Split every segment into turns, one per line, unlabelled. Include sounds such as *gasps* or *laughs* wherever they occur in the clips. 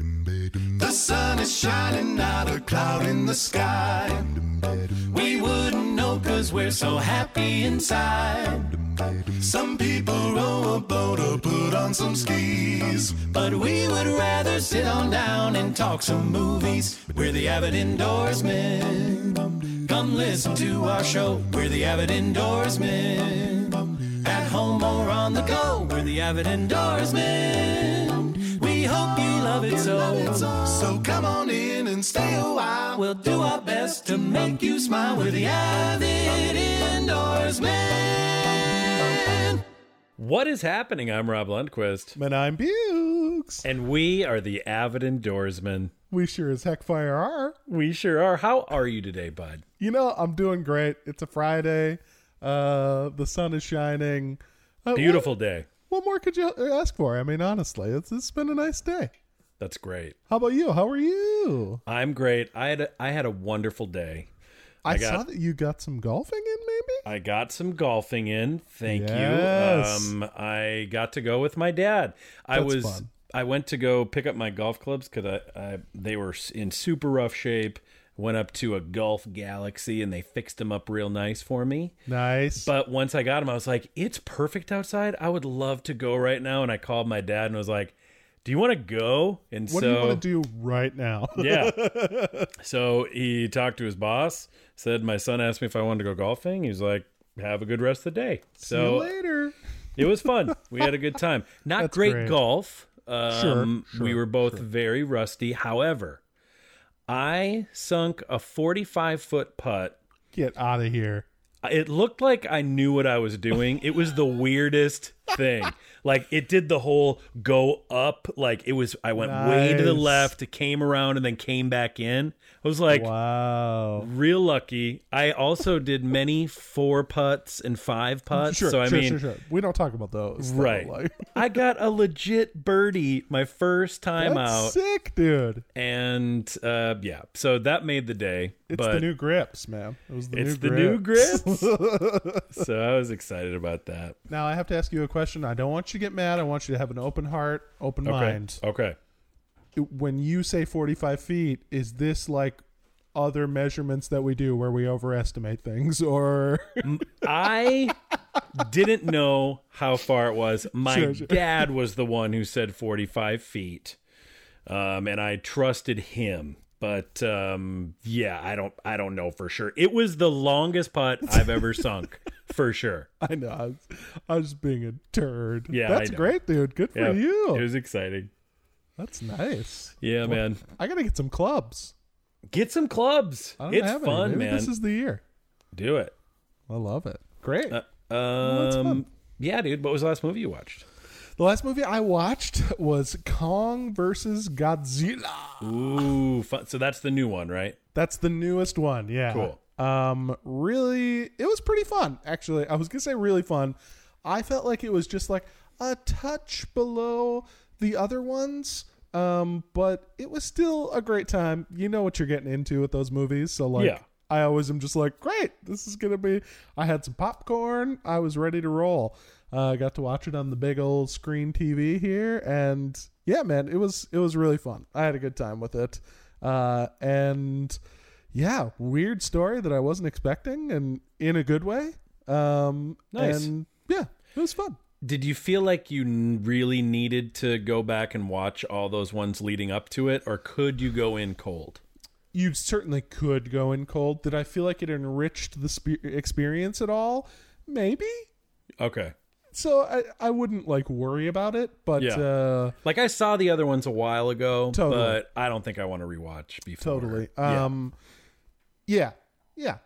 The sun is shining, not a cloud in the sky. We wouldn't know cause we're so happy inside. Some people row a boat or put on some skis. But we would rather sit on down and talk some movies. We're the avid endorsemen. Come listen to our show. We're the avid endorsemen. At home or on the go, we're the avid endorsemen. We hope you love it so. So come on in and stay a while. We'll do our best to make you smile. We're the avid endorsemen.
What is happening? I'm Rob Lundquist,
And I'm Bukes.
and we are the avid endoorsmen.
We sure as heck fire are.
We sure are. How are you today, bud?
You know, I'm doing great. It's a Friday. Uh, the sun is shining. Uh,
Beautiful day.
What, what more could you ask for? I mean, honestly, it's, it's been a nice day.
That's great.
How about you? How are you?
I'm great. I had a, I had a wonderful day.
I,
got-
saw that you got some golfing in, maybe?
I got some golfing in. Thank
Yes.
you. Um, I got to go with my dad. I
That's
was
fun.
I went to go pick up my golf clubs because I, I they were s- in super rough shape. Went up to a Golf Galaxy and they fixed them up real nice for me.
Nice.
But once I got him, I was like, it's perfect outside. I would love to go right now. And I called my dad and was like, do you want to go? And
what
so,
do you want to do right now?
*laughs* yeah. *laughs* so he talked to his boss, said, my son asked me if I wanted to go golfing. He was like, have a good rest of the day.
See you
So
later.
it was fun. We had a good time. *laughs* Not great,
great.
golf. Um,
Sure,
we
sure,
were both very rusty. However, I sunk a 45 foot putt
Get out of here.
it looked like I knew what I was doing. It was the weirdest thing. Like it did the whole go up. Like it was, I went way to the
Nice.
left, it came around, and then came back in. I was like,
Wow.
real lucky. I also did many four putts and five putts.
Sure,
so I
sure,
mean,
sure, sure. We don't talk about those. though,
right.
Like, *laughs*
I got a legit birdie my first time
that's
out,
sick, dude.
and uh, yeah, so that made the day.
It's
but
the new grips, man. It was the
it's the
new
new
grips.
grips.
*laughs*
so I was excited about that.
Now I have to ask you a question. I don't want you to get mad. I want you to have an open heart, open mind.
Okay.
When you say 45 feet, is this like other measurements that we do where we overestimate things *laughs* or
I didn't know how far it was. My
Sure, sure.
dad was the one who said 45 feet, um, and I trusted him. But um, yeah, I don't, I don't know for sure. It was the longest putt I've ever sunk, for sure.
I know I was, I was being a turd.
Yeah, I
That's
know.
great, dude. Good *laughs* for
Yeah,
you.
It was exciting.
That's nice.
Yeah, man.
I got to get some clubs.
Get some clubs.
I don't
It's
have
fun,
any. Maybe
man.
This is the year.
Do it.
I love it. Great.
Uh,
that's fun.
Um, yeah, dude. What was the last movie you watched?
the last movie I watched was Kong versus Godzilla.
Ooh, fun. so that's the new one, right?
That's the newest one. Yeah.
Cool.
Um, really, it was pretty fun. Actually, I was gonna say really fun. I felt like it was just like a touch below the other ones. Um, but it was still a great time. You know what you're getting into with those movies, so like,
Yeah.
I always am just like, great, this is gonna be. I had some popcorn. I was ready to roll. Uh, I got to watch it on the big old screen TV here, and yeah, man, it was it was really fun. I had a good time with it, uh, and yeah, weird story that I wasn't expecting, and in a good way. Um,
Nice.
And yeah, it was fun.
Did you feel like you n- really needed to go back and watch all those ones leading up to it, or could you go in cold?
you certainly could go in cold. Did I feel like it enriched the spe- experience at all? Maybe.
Okay.
So I, I wouldn't like worry about it, but
Yeah.
uh,
Like I saw the other ones a while ago,
Totally.
but I don't think I want to rewatch before.
totally.
Yeah.
Um, yeah. yeah,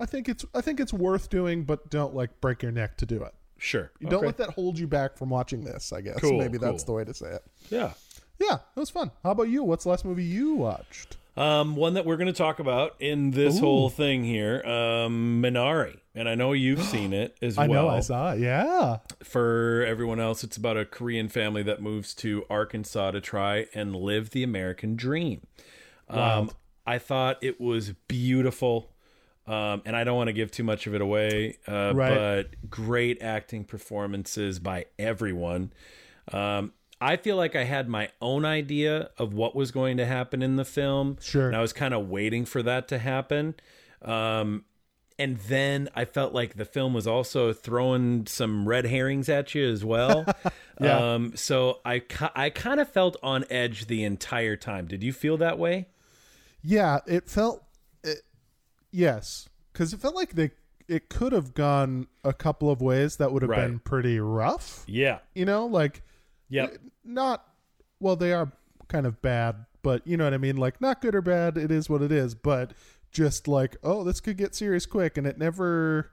I think it's I think it's worth doing, but don't like break your neck to do it.
Sure.
You Don't
Okay.
let that hold you back from watching this. I guess
Cool,
maybe that's
cool.
the way to say it.
Yeah.
Yeah, it was fun. How about you? What's the last movie you watched?
Um, one that we're going to talk about in this whole thing here, um, Minari, and I know you've
*gasps*
seen it as well.
saw it. Yeah,
for everyone else, it's about a Korean family that moves to Arkansas to try and live the American dream. Um, I thought it was beautiful. Um, and I don't want to give too much of it away, uh,
Right.
but great acting performances by everyone. Um, I feel like I had my own idea of what was going to happen in the film.
Sure.
And I was kind of waiting for that to happen. Um, and then I felt like the film was also throwing some red herrings at you as well.
*laughs* Yeah.
Um, so I, ki- I kind of felt on edge the entire time. Did you feel that way?
Yeah, it felt it, yes, because it felt like they it could have gone a couple of ways that would have
Right.
been pretty rough.
Yeah.
You know, like
Yep.
not well, they are kind of bad, but you know what I mean. Like not good or bad, it is what it is. But just like oh, this could get serious quick, and it never.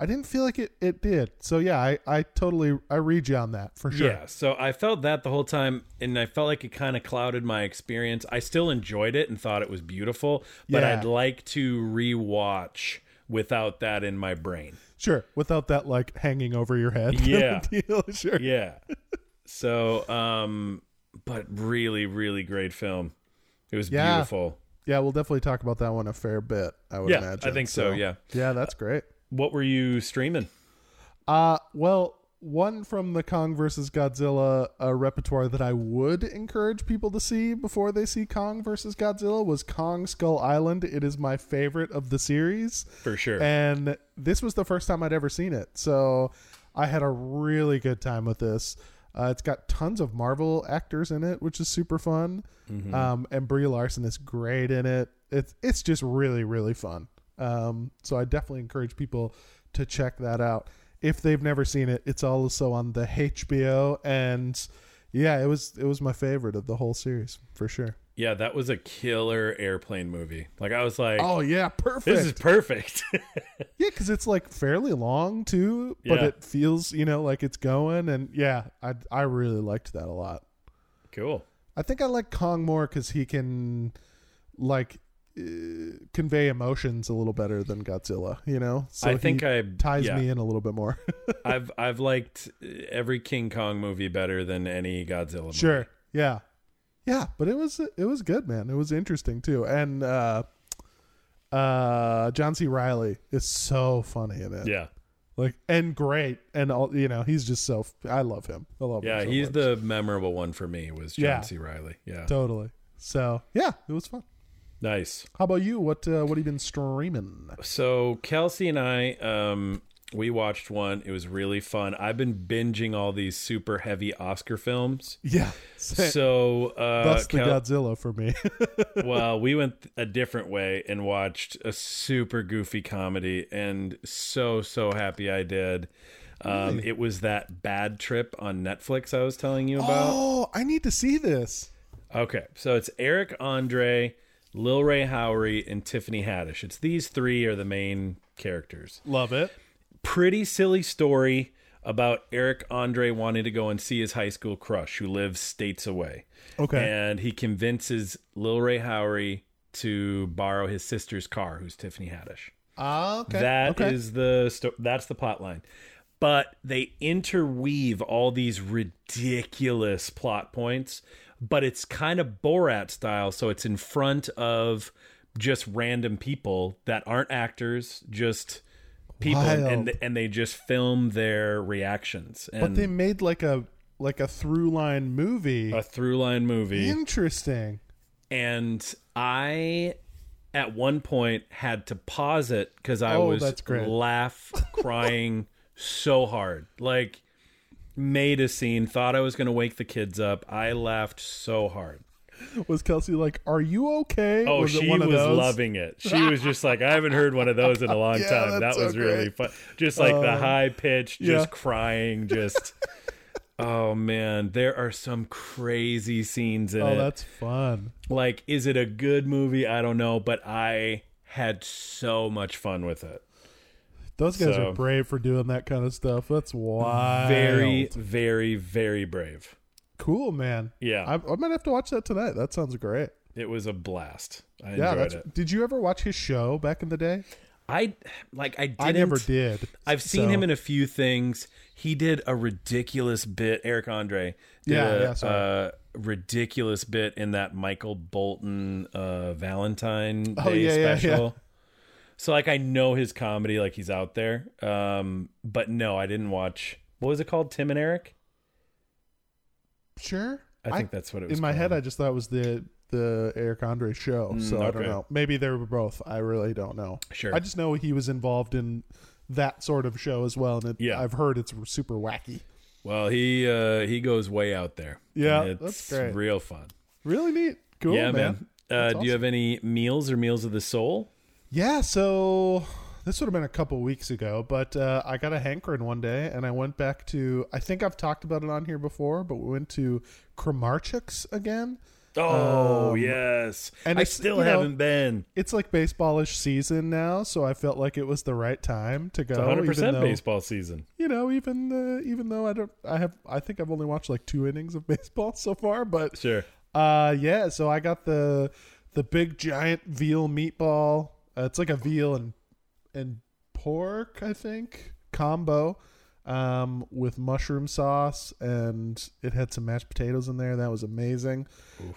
I didn't feel like it, it did. So yeah, I, I totally I read you on that for sure.
Yeah, so I felt that the whole time, and I felt like it kind of clouded my experience. I still enjoyed it and thought it was beautiful, but
Yeah.
I'd like to rewatch without that in my brain.
Sure. Without that like hanging over your head. *laughs*
Yeah.
deal. Sure.
Yeah.
*laughs*
so, um, but really, really great film. It was
Yeah.
beautiful.
Yeah, we'll definitely talk about that one a fair bit. I would
Yeah,
imagine.
I think so, yeah.
yeah, that's great.
What were you streaming?
Uh well, one from the Kong versus Godzilla uh, repertoire that I would encourage people to see before they see Kong versus Godzilla was Kong Skull Island. It is my favorite of the series.
For sure.
And this was the first time I'd ever seen it. So I had a really good time with this. Uh, it's got tons of Marvel actors in it, which is super fun.
Mm-hmm.
Um, and Brie Larson is great in it. It's it's just really really fun. Um, so I definitely encourage people to check that out if they've never seen it. It's also on the HBO, and yeah, it was it was my favorite of the whole series for sure.
yeah, that was a killer airplane movie. Like I was like,
Oh yeah, perfect.
this is perfect. *laughs*
Yeah, because it's like fairly long too, but
Yeah.
it feels you know like it's going, and yeah, I I really liked that a lot.
cool.
I think I like Kong more because he can like uh, convey emotions a little better than Godzilla. You know, so
I
he
think I
ties
yeah. Mm-hmm.
me in a little bit more. *laughs*
I've I've liked every King Kong movie better than any Godzilla movie.
sure, yeah, yeah, but it was it was good, man. It was interesting too, and uh, uh, John C. Riley is so funny in it.
Yeah.
like and great and all you know he's just so i love him i love him
Yeah,
so
he's
much.
the memorable one for me was John
Yeah.
C. Riley. Yeah.
totally so yeah it was fun
Nice.
how about you what uh, what have you been streaming
So Kelsey and I um we watched one. It was really fun. I've been binging all these super heavy Oscar films.
*laughs* yeah
So uh
that's the
Kel-
godzilla
*laughs*
for me *laughs*
well, we went a different way and watched a super goofy comedy, and so so happy I did. Um, It was that bad trip on Netflix I was telling you about.
oh i need to see this
Okay, so it's Eric Andre, Lil Ray Howery, and Tiffany Haddish. It's these three are the main characters.
love it
Pretty silly story about Eric Andre wanting to go and see his high school crush who lives states away.
okay
And he convinces Lil Ray Howery to borrow his sister's car, who's Tiffany Haddish.
Ah, okay
That is
okay.
the sto- that's the plot line. But they interweave all these ridiculous plot points, but it's kind of Borat style, so it's in front of just random people that aren't actors, just people and,
Wild.
and they just film their reactions and
but they made like a like a through line movie
a through line movie.
interesting
and I at one point had to pause it because I
Oh,
was
that's great.
laugh crying
*laughs*
so hard. Like made a scene, thought I was gonna wake the kids up. I laughed so hard.
was kelsey like are you okay
Oh,
was
she
it one of
was
those?
loving it. She was just like, I haven't heard one of those in a long
*laughs* Yeah,
time. That
that's
was
so Um,
really fun. Just like the high pitch,
yeah.
just crying,
*laughs*
just Oh man, there are some crazy scenes in
oh
it.
that's fun
like is it a good movie i don't know but i had so much fun with it
those guys
So-
are brave for doing that kind of stuff that's wild
very very very brave
Cool, man.
Yeah.
I, I might have to watch that tonight. That sounds great.
it was a blast i
Yeah,
enjoyed
that's.
it
Did you ever watch his show back in the day?
i like i didn't
I never did.
I've seen
So-
him in a few things. He did a ridiculous bit. Eric Andre did
Yeah,
a,
yeah, sorry.
uh, ridiculous bit in that Michael Bolton uh, Valentine
Oh,
Day
yeah, yeah, yeah.
special. So like I know his comedy, like he's out there. Um, but no, I didn't watch. What was it called? Tim and Eric.
Sure.
I think that's what it was
In my
called. Mm,
head, I just thought it was the the Eric Andre show. so I don't
okay.
know. Maybe they were both. I really don't know.
Sure.
I just know he was involved in that sort of show as well, and it,
Yeah.
I've heard it's super wacky.
Well, he uh, he goes way out there.
Yeah,
And it's
that's great.
real fun.
Really neat. Cool,
yeah,
man.
man. Uh, Do you have any meals or meals of the soul?
Yeah, so this would have been a couple weeks ago, but uh, I got a hankering one day, and I went back to. I think I've talked about it on here before, but we went to Kramarchik's again.
Oh yes,
Um, and
I
it's,
still
you know,
haven't been.
It's like baseballish season now, so I felt like it was the right time to go.
One hundred
even
percent
though-
baseball season.
You know, even uh, even though I don't, I have, I think I've only watched like two innings of *laughs* baseball so far, but
Sure.
Uh, yeah. So I got the the big giant veal meatball. Uh, it's like a veal and and pork, I think, combo, um, with mushroom sauce, and it had some mashed potatoes in there. That was amazing.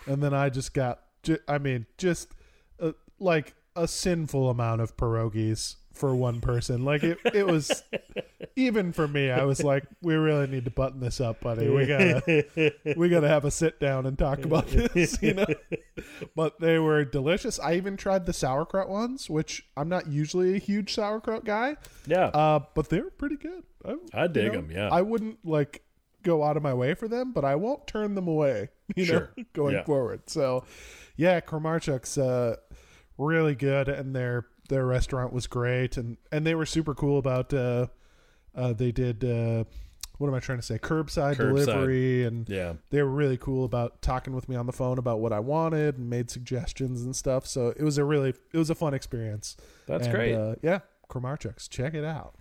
And then I just got, ju- I mean, just uh, like a sinful amount of pierogies for one person. Like it, it was. Even for me, I was like, "We really need to button this up, buddy. We gotta, we gotta have a sit down and talk about this,
*laughs*
you know. But they were delicious. I even tried the sauerkraut ones, which I'm not usually a huge sauerkraut guy,
Yeah.
uh, but they were pretty good. I,
I
you
dig
know,
'em, yeah.
I wouldn't like go out of my way for them, but I won't turn them away. *laughs* You
Sure.
know, going
Yeah.
forward. So, yeah, Kramarchuk's uh, really good, and their their restaurant was great, and and they were super cool about. Uh, uh, they did. Uh, what am I trying to say? Curbside,
Curbside.
delivery, and
yeah.
they were really cool about talking with me on the phone about what I wanted and made suggestions and stuff. So it was a really it was a fun experience.
That's
And,
great.
Uh, yeah, Kramarchuk's, check it out.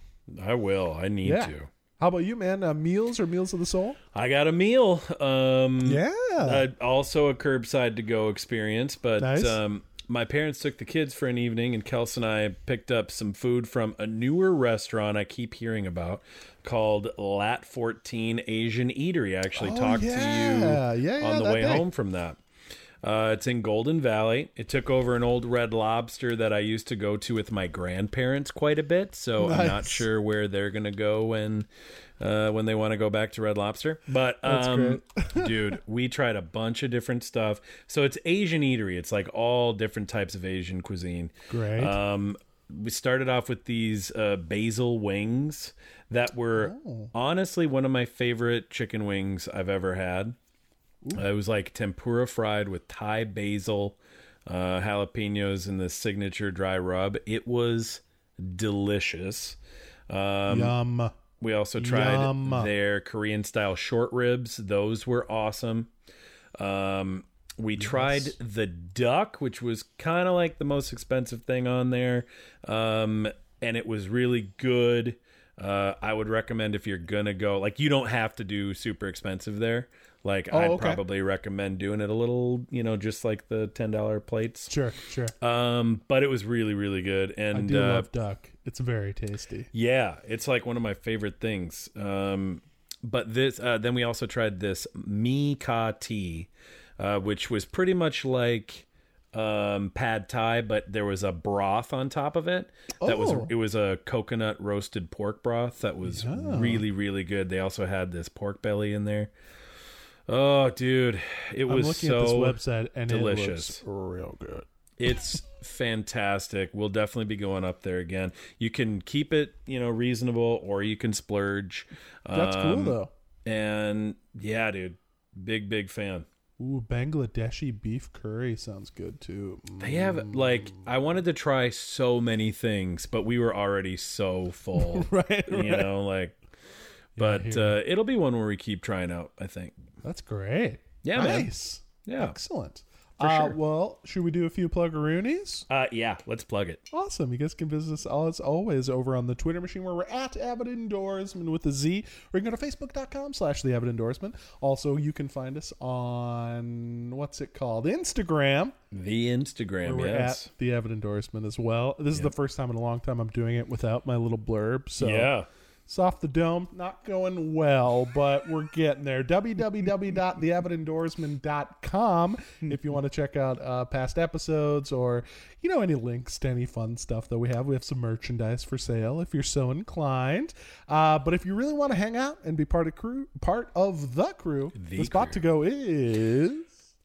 I will. I need
Yeah.
to.
How about you, man? Uh, meals or meals of the soul?
I got a meal. Um,
Yeah,
uh, also a curbside to go experience, but
Nice.
um, my parents took the kids for an evening, and Kels and I picked up some food from a newer restaurant I keep hearing about called Lat 14 Asian Eatery. I actually
Oh,
talked
yeah.
to you
Yeah, yeah,
on the
that
way
thing.
home from that. Uh, it's in Golden Valley. It took over an old red lobster that I used to go to with my grandparents quite a bit, so I'm not
Nice.
sure where they're gonna go when uh, when they want to go back to Red Lobster. But um, dude, we tried a bunch of different stuff. So it's Asian eatery. It's like all different types of Asian cuisine.
Great.
Um, we started off with these uh, basil wings that were honestly one of my favorite chicken wings I've ever had. Uh, it was like tempura fried with Thai basil, uh, jalapenos, and the signature dry rub. It was delicious. Um,
yum.
we also tried
Yum.
their Korean style short ribs. Those were awesome. Um, we tried the duck, which was kind of like the most expensive thing on there. Um, and it was really good. Uh, I would recommend if you're going to go, like, you don't have to do super expensive there. Like, I'd
Oh, okay.
probably recommend doing it a little, you know, just like the $10 plates.
Sure, sure.
Um, but it was really, really good. And
I do
uh,
love duck. It's very tasty.
yeah, it's like one of my favorite things. Um, but this, uh, then we also tried this mi ka tea, uh, which was pretty much like um, pad thai, but there was a broth on top of it. That was
Oh.
it was a coconut roasted pork broth that was really really good. They also had this pork belly in there. Oh, dude, it
I'm
was
looking
so
at this website and
delicious.
it looks real good.
it's fantastic. We'll definitely be going up there again. You can keep it, you know, reasonable, or you can splurge.
That's cool
Um,
though.
And yeah, dude, big big fan.
Ooh, Bangladeshi beef curry sounds good too. Mm.
They have like I wanted to try so many things, but we were already so full,
*laughs* Right,
You know, like. But uh, it'll be one where we keep trying out. I think.
That's great.
Yeah, man.
nice.
Yeah.
Excellent. Uh,
sure.
Well, should we do a few pluggaroonies?
Uh, yeah. Let's plug it.
Awesome. You guys can visit us all, as always over on the Twitter machine where we're at Abbott Indoorsman with a Z. Or you can go to facebook.com slash the Abbott Indoorsman. Also, you can find us on, what's it called? Instagram.
The Instagram.
We're
yes.
at the Abbott Endorsement as well. This is the first time in a long time I'm doing it without my little blurb. So
yeah.
It's off the dome. Not going well, but we're getting there. www.theabbotendorsman.com if you want to check out uh, past episodes or, you know, any links to any fun stuff that we have. We have some merchandise for sale if you're so inclined. Uh, but if you really want to hang out and be part of crew, part of the crew, the, spot to go is...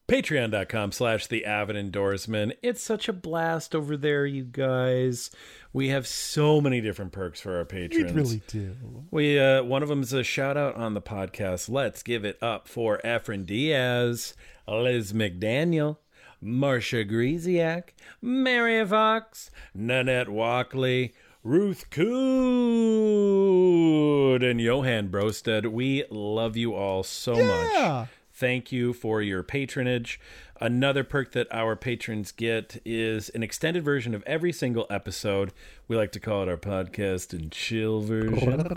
patreon.com slash the avid endorsement it's such a blast over there you guys we have so many different perks for our
We
patrons
really do.
we uh one of them is a shout out on the podcast let's give it up for efren diaz liz mcdaniel marcia griesiak mary fox nanette walkley Ruth Cood and Johan Brosted. We love you all so
Yeah.
much. Thank you for your patronage. Another perk that our patrons get is an extended version of every single episode. We like to call it our podcast and chill version.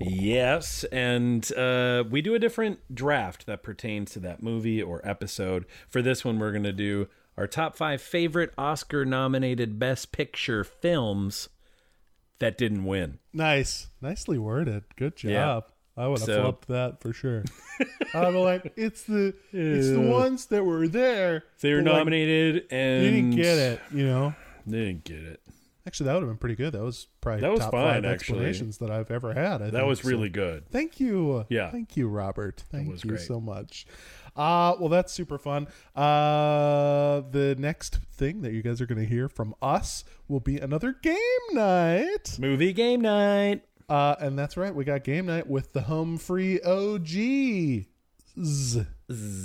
yes, and uh, we do a different draft that pertains to that movie or episode. For this one, we're going to do our top five favorite Oscar nominated Best Picture films that didn't win.
Nice. Nicely worded. Good job. I would have
So-
flopped that for sure. *laughs* I'm like, it's the it's the ones that were there.
They were
but, like,
nominated and.
you didn't get it, you know.
They didn't get it.
Actually, that would have been pretty good. That was probably
That was
top
fine,
five
actually.
explanations that I've ever had. I
That
think.
was
So,
really good.
Thank you.
Yeah.
Thank you, Robert. Thank
was
you
great.
so much. Uh, well, that's super fun. Uh, the next thing that you guys are going to hear from us will be another game night.
Movie game night.
Uh, and that's right, we got game night with the home free OGs.
Zzz,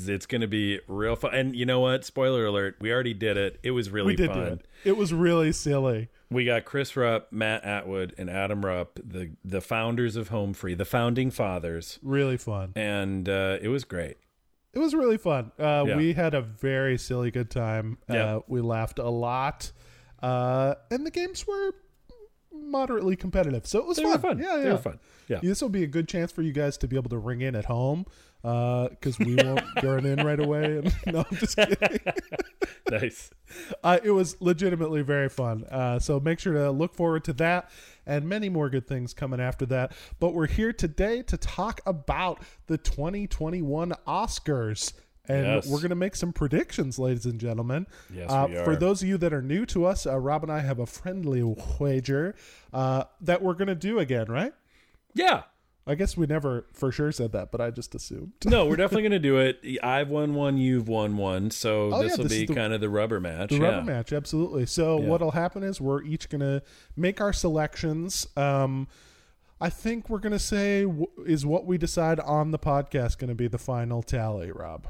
It's going to be real fun. And you know what? Spoiler alert, we already did it. It was really
We did do
fun.
it. It was really silly.
We got Chris Rupp, Matt Atwood, and Adam Rupp, the the founders of Home Free, the founding fathers.
Really fun.
And uh, it was great. *laughs*
It was really fun. Uh,
Yeah.
We had a very silly good time.
Yeah.
Uh, we laughed a lot. Uh, and the games were moderately competitive. So it was
They
fun.
were fun.
Yeah, yeah.
They were fun. Yeah.
This will be a good chance for you guys to be able to ring in at home because we won't
*laughs*
turn in right away. *laughs* And, no, I'm just kidding.
nice.
uh, it was legitimately very fun. Uh, so make sure to look forward to that and many more good things coming after that. But we're here today to talk about the 2021 Oscars. And
Yes.
we're going to make some predictions, ladies and gentlemen.
Yes,
Uh,
we are.
For those of you that are new to us, uh, Rob and I have a friendly wager uh, that we're going to do again, right?
Yeah.
I guess we never for sure said that, but I just assumed.
No, we're definitely going to do it. I've won one, you've won one. So
Oh, yeah,
this will
this
be
is the-
kind of the rubber match.
The
yeah.
rubber match, absolutely. So what'll happen is we're each gonna make our selections. Um, I think we're gonna say w- is what we decide on the podcast gonna be the final tally, Rob.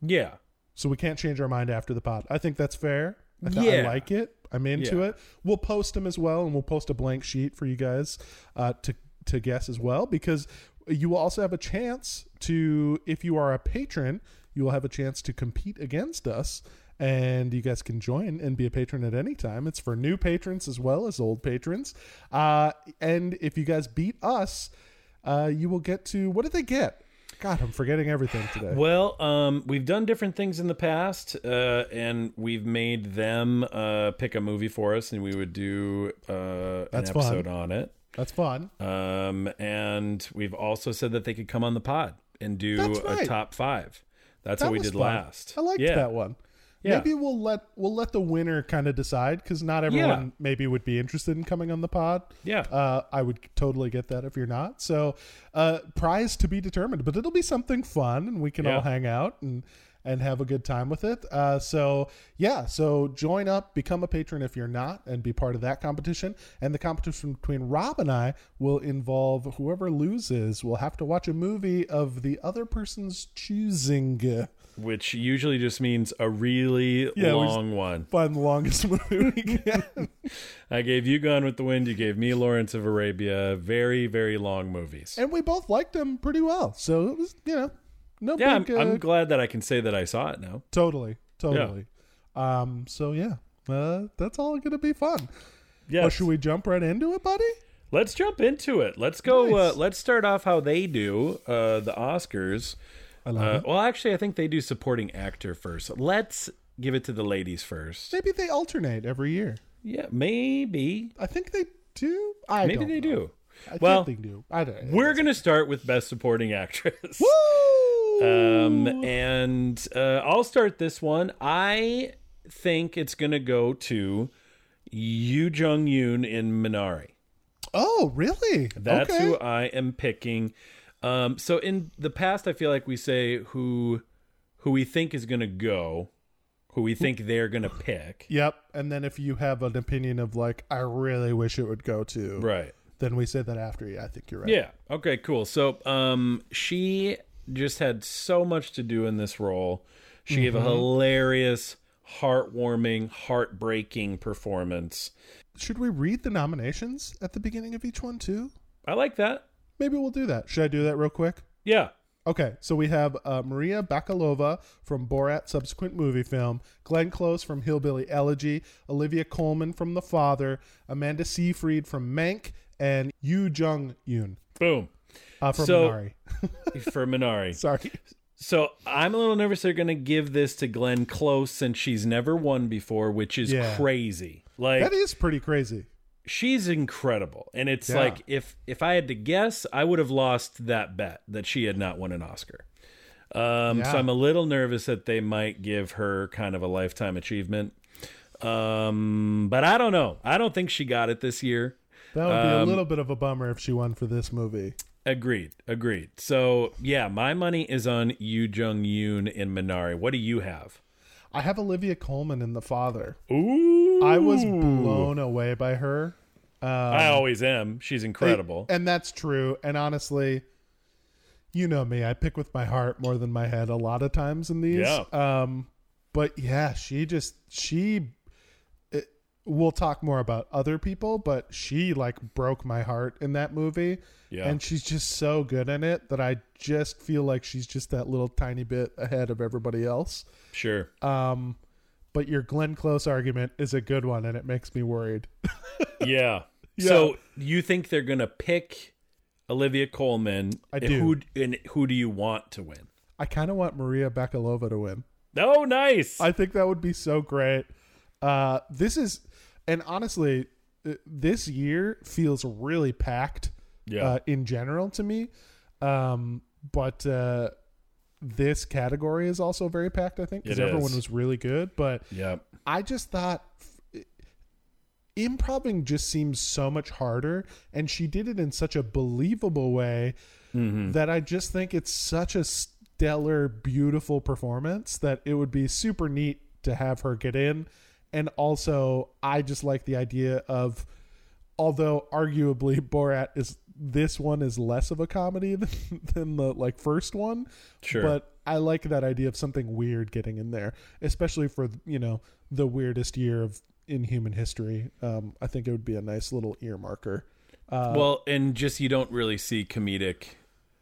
Yeah.
So we can't change our mind after the pod. I think that's fair. I, th- I
Yeah.
like it. I'm into
Yeah.
it. We'll post them as well, and we'll post a blank sheet for you guys uh, to to guess as well, because you will also have a chance to, if you are a patron, you will have a chance to compete against us. And you guys can join and be a patron at any time. It's for new patrons as well as old patrons. Uh, and if you guys beat us, uh, you will get to what did they get? God, I'm forgetting everything today.
Well, um, we've done different things in the past, uh, and we've made them uh, pick a movie for us, and we would do uh, an
That's fun.
episode on it.
That's fun.
Um, and we've also said that they could come on the pod and do
That's
a
right.
top five. That's
That
what we
was
did
fun.
last.
I liked
yeah.
that one.
Yeah.
Maybe we'll let we'll let the winner kind of decide because not everyone maybe would be interested in coming on the pod.
Yeah.
Uh, I would totally get that if you're not. So uh, prize to be determined, but it'll be something fun and we can
Yeah.
all hang out and and have a good time with it. Uh, so yeah, so join up, become a patron if you're not, and be part of that competition. And the competition between Rob and I will involve whoever loses will have to watch a movie of the other person's choosing. uh,
Which usually just means a really
Yeah, we just-
long one.
fun longest *laughs* movie
*laughs*
we can.
I gave you Gone with the Wind. You gave me Lawrence of Arabia. Very, very long movies.
and we both liked them pretty well. So it was, you know, no
yeah, I'm,
big. uh,
I'm glad that I can say that I saw it now.
totally, totally. Um. So yeah, uh, that's all gonna be fun.
Yeah.
Or should we jump right into it, buddy?
Let's jump into it. Let's go.
Nice.
Uh, let's start off how they do uh, the Oscars.
I love
Uh,
it.
well, actually, I think they do supporting actor first. Let's give it to the ladies first.
Maybe they alternate every year.
Yeah, maybe.
I think they do. I
Maybe
don't
they
know.
do.
I
Well,
think they can do. I don't.
We're gonna start with best supporting actress.
Woo!
Um, and uh, I'll start this one. I think it's gonna go to Yu Jung Yoon in Minari.
oh, really?
That's
okay.
who I am picking. Um, so in the past, I feel like we say who who we think is gonna go, who we think they're gonna pick.
Yep. And then if you have an opinion of like, I really wish it would go to,
Right.
then we say that after. Yeah, I think you're right.
Yeah. Okay, cool. So um she just had so much to do in this role. She gave
Mm-hmm.
a hilarious, heartwarming, heartbreaking performance.
Should we read the nominations at the beginning of each one too?
I like that.
Maybe we'll do that. Should I do that real quick?
Yeah.
Okay, so we have uh, Maria Bakalova from Borat subsequent movie film, Glenn Close from Hillbilly Elegy, Olivia Coleman from The Father, Amanda Seyfried from Mank, and Yoo Jung Yoon
Boom. *laughs*
uh, from
So-
Minari. *laughs*
For Minari.
Sorry.
So I'm a little nervous they're gonna give this to Glenn Close since she's never won before, which is
Yeah.
crazy. Like
That is pretty crazy.
she's incredible. And it's
Yeah.
like if if I had to guess, I would have lost that bet that she had not won an Oscar. Um,
Yeah.
So I'm a little nervous that they might give her kind of a lifetime achievement. Um, but I don't know. I don't think she got it this year.
That would be a
Um,
little bit of a bummer if she won for this movie.
Agreed. Agreed. So yeah, my money is on Yu Jung Yoon in Minari. What do you have?
I have Olivia Coleman in The Father.
Ooh,
I was blown away by her.
I always am. She's incredible.
And that's true. And honestly, you know me, I pick with my heart more than my head a lot of times in these.
Yeah.
Um, but yeah, she just she it, we'll talk more about other people, but she like broke my heart in that movie.
Yeah.
And she's just so good in it that I just feel like she's just that little tiny bit ahead of everybody else.
sure.
Um but your Glenn Close argument is a good one and it makes me worried.
yeah.
Yeah.
So you think they're gonna pick Olivia Coleman?
I
And
do.
Who and who do you want to win?
I kind of want Maria Bakalova to win.
Oh, nice.
I think that would be so great. Uh, this is, and honestly, uh, this year feels really packed
Yeah.
uh, in general to me. Um, but uh, this category is also very packed, I think, because
It
everyone
is.
was really good. But
yeah.
I just thought f- improving just seems so much harder, and she did it in such a believable way that I just think it's such a stellar, beautiful performance that it would be super neat to have her get in. And also, I just like the idea of, although arguably *laughs* Borat is this one is less of a comedy *laughs* than, than the like first one,
Sure.
but I like that idea of something weird getting in there, especially for you know the weirdest year of in human history. Um, I think it would be a nice little ear marker. Uh,
well, and just you don't really see comedic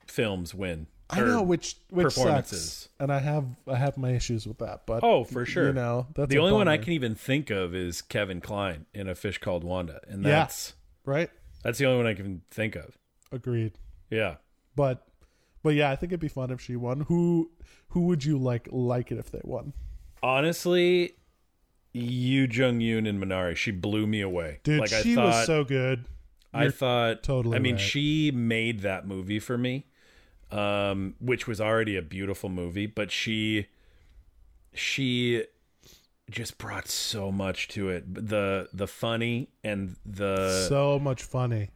films win.
I
or-
know which which
performances.
sucks, and I have I have my issues with that. But
Oh, for sure.
you know that's
the
a
only one I
bummer,
can even think of is Kevin Klein in A Fish Called Wanda, and
Yeah.
that's
right.
that's the only one I can think of.
Agreed,
Yeah.
but but yeah, I think it'd be fun if she won. Who who would you like like it if they won,
Honestly, Yu Jung Yoon in Minari, she blew me away.
dude?
like
she
I thought,
was so good.
I thought
totally
I mean,
right.
she made that movie for me, um, which was already a beautiful movie, but she she just brought so much to it. The the funny and the
so much funny.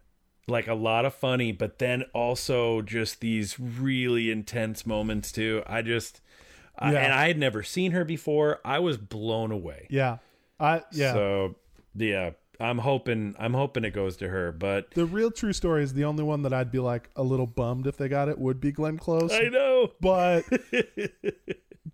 like a lot of funny, but then also just these really intense moments too. I just I,
Yeah.
and I had never seen her before. I was blown away.
Yeah, I yeah.
So yeah, I'm hoping I'm hoping it goes to her, but
the real true story is the only one that I'd be like a little bummed if they got it would be Glenn Close.
I know.
but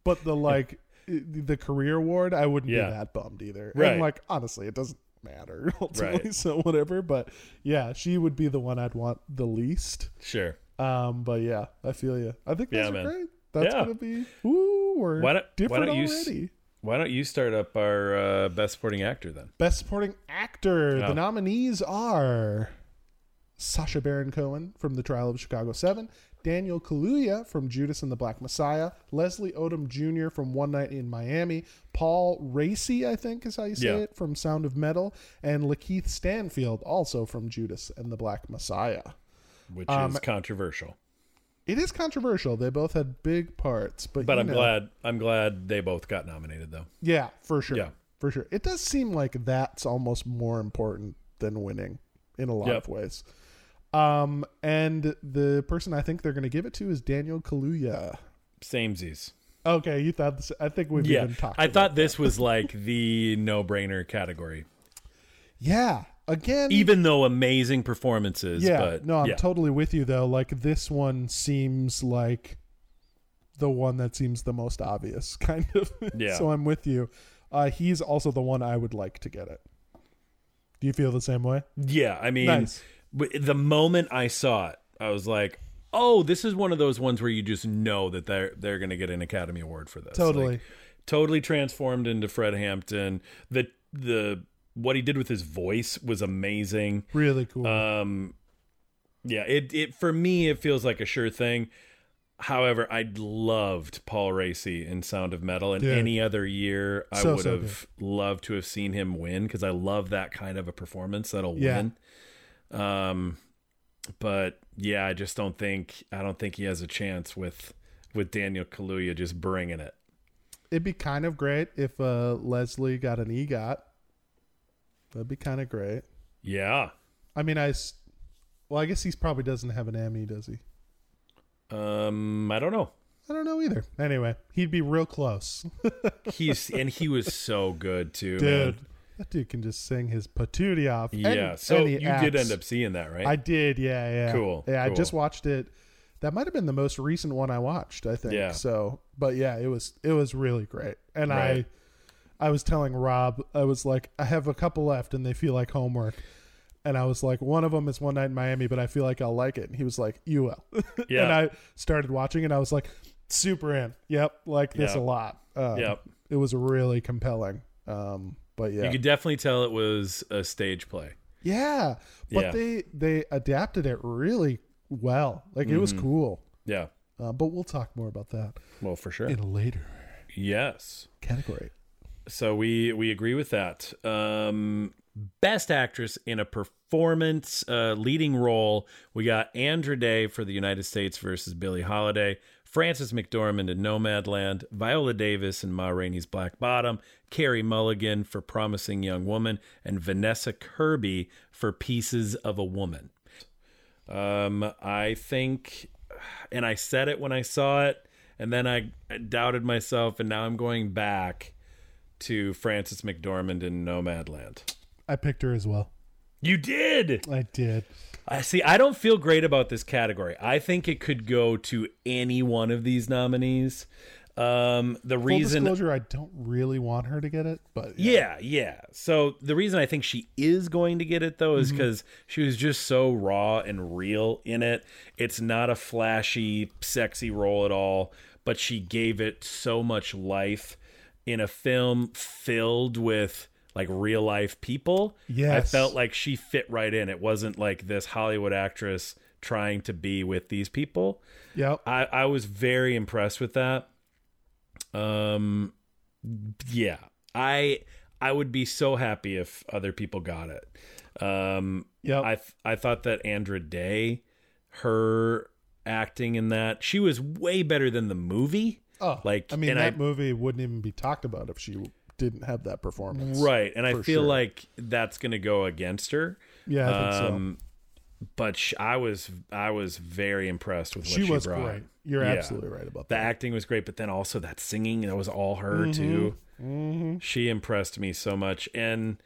but the like the career award i wouldn't
Yeah.
be that bummed either
Right.
and like honestly it doesn't matter *laughs* ultimately so whatever but yeah she would be the one i'd want the least
*laughs* Sure.
um but yeah i feel you i think those
Yeah,
are
man.
great that's
Yeah.
gonna be ooh we're
Why don't- why
different
don't you s-
already
Why don't you start up our uh, best supporting actor then?
Best Supporting Actor.
Oh.
The nominees are Sasha Baron Cohen from The Trial of Chicago 7, Daniel Kaluuya from Judas and the Black Messiah, Leslie Odom Jr. from One Night in Miami, Paul Racy, I think is how you say
Yeah.
it, from Sound of Metal, and Lakeith Stanfield, also from Judas and the Black Messiah.
which
Um,
is controversial.
It is controversial. They both had big parts, but
But
you
I'm
know.
glad I'm glad they both got nominated though.
Yeah, for sure.
Yeah.
For sure. It does seem like that's almost more important than winning in a lot
Yep.
of ways. Um, and the person I think they're going to give it to is Daniel Kaluuya.
Samesies.
Okay, you thought this, I think we've
Yeah,
even talked.
I
about-
thought this was like the no-brainer category,
yeah, again,
even though amazing performances.
yeah.
but
no, I'm
yeah.
totally with you though. Like this one seems like the one that seems the most obvious, *laughs* kind of.
Yeah.
so I'm with you. Uh, he's also the one I would like to get it. Do you feel the same way?
Yeah, I mean,
Nice.
w- the moment I saw it, I was like, "Oh, this is one of those ones where you just know that they're they're going to get an Academy Award for this."
Totally.
Like, totally transformed into Fred Hampton. The the what he did with his voice was amazing.
Really cool.
Um, yeah, it it for me it feels like a sure thing. However, I loved Paul Racy in Sound of Metal, and
Yeah.
any other year I
So,
would
so
have loved to have seen him win because I love that kind of a performance that'll
Yeah.
win. Um, but yeah, I just don't think I don't think he has a chance with with Daniel Kaluuya just bringing it.
It'd be kind of great if uh, Leslie got an EGOT. That'd be kind of great.
Yeah.
I mean, I. s- Well, I guess he probably doesn't have an Emmy, does he?
Um, I don't know.
I don't know either. Anyway, he'd be real close,
He's and he was so good too, man.
dude. That dude can just sing his patootie off. and-
Yeah. so
and he
you did
acts.
end up seeing that, right?
I did. Yeah, yeah.
Cool,
Yeah, I
cool.
just watched it. That might have been the most recent one I watched. I think.
Yeah.
So, but yeah, it was it was really great, and
Right.
I, I was telling Rob, I was like, I have a couple left, and they feel like homework. And I was like, one of them is One Night in Miami, but I feel like I'll like it. And he was like, you will. *laughs*
Yeah.
and I started watching, and I was like, super in. Yep, like this
Yeah.
a lot. Um,
Yep.
It was really compelling. Um, but yeah,
You could definitely tell it was a stage play.
yeah, but
Yeah.
they they adapted it really well. Like it was
Mm-hmm.
cool.
Yeah.
Uh, but we'll talk more about that
Well, for sure.
in a later
yes.
category.
So we we agree with that. Um best actress in a performance uh leading role, we got Andra Day for the United States versus Billie Holiday, Frances McDormand in Nomadland, Viola Davis in Ma Rainey's Black Bottom, Carrie Mulligan for Promising Young Woman, and Vanessa Kirby for Pieces of a Woman. Um, I think, and I said it when I saw it, and then I doubted myself, and now I'm going back to Frances McDormand in Nomadland.
I picked her as well.
You did.
I did.
I see. I don't feel great about this category. I think it could go to any one of these nominees. Um, the
Full
reason
disclosure, I don't really want her to get it, but yeah.
Yeah, yeah. So the reason I think she is going to get it though is because she was just so raw and real in it. It's not a flashy, sexy role at all, but she gave it so much life in a film filled with like real life people. I
Yes.
felt like she fit right in. It wasn't like this Hollywood actress trying to be with these people.
Yep.
I, I was very impressed with that. Um, yeah, I I would be so happy if other people got it. Um,
Yep.
I th- I thought that Andra Day, her acting in that, she was way better than the movie.
oh,
like,
I mean,
and
that
I-
movie wouldn't even be talked about if she didn't have that performance.
Right, and I feel
sure.
like that's gonna go against her.
Yeah, I think
Um, but sh I was I was very impressed with what
so.
she,
She, was
brought.
great. You're
Yeah.
absolutely right about
the
that.
acting was great, but then also that singing that was all her
Mm-hmm.
too. She impressed me so much, and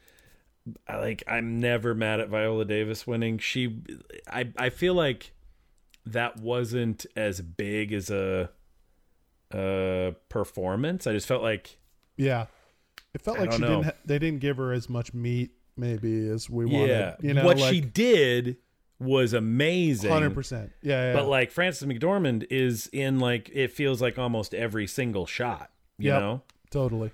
I, like I'm never mad at Viola Davis winning. She, I, I feel like that wasn't as big as a, a performance. I just felt like
Yeah. It felt
I
like
don't
she
know.
didn't. Ha- they didn't give her as much meat, maybe, as we
yeah,
wanted. You know,
what
like,
she did was amazing.
Hundred percent. Yeah, yeah.
But like Frances McDormand is in like it feels like almost every single shot. You
Yep.
know.
totally.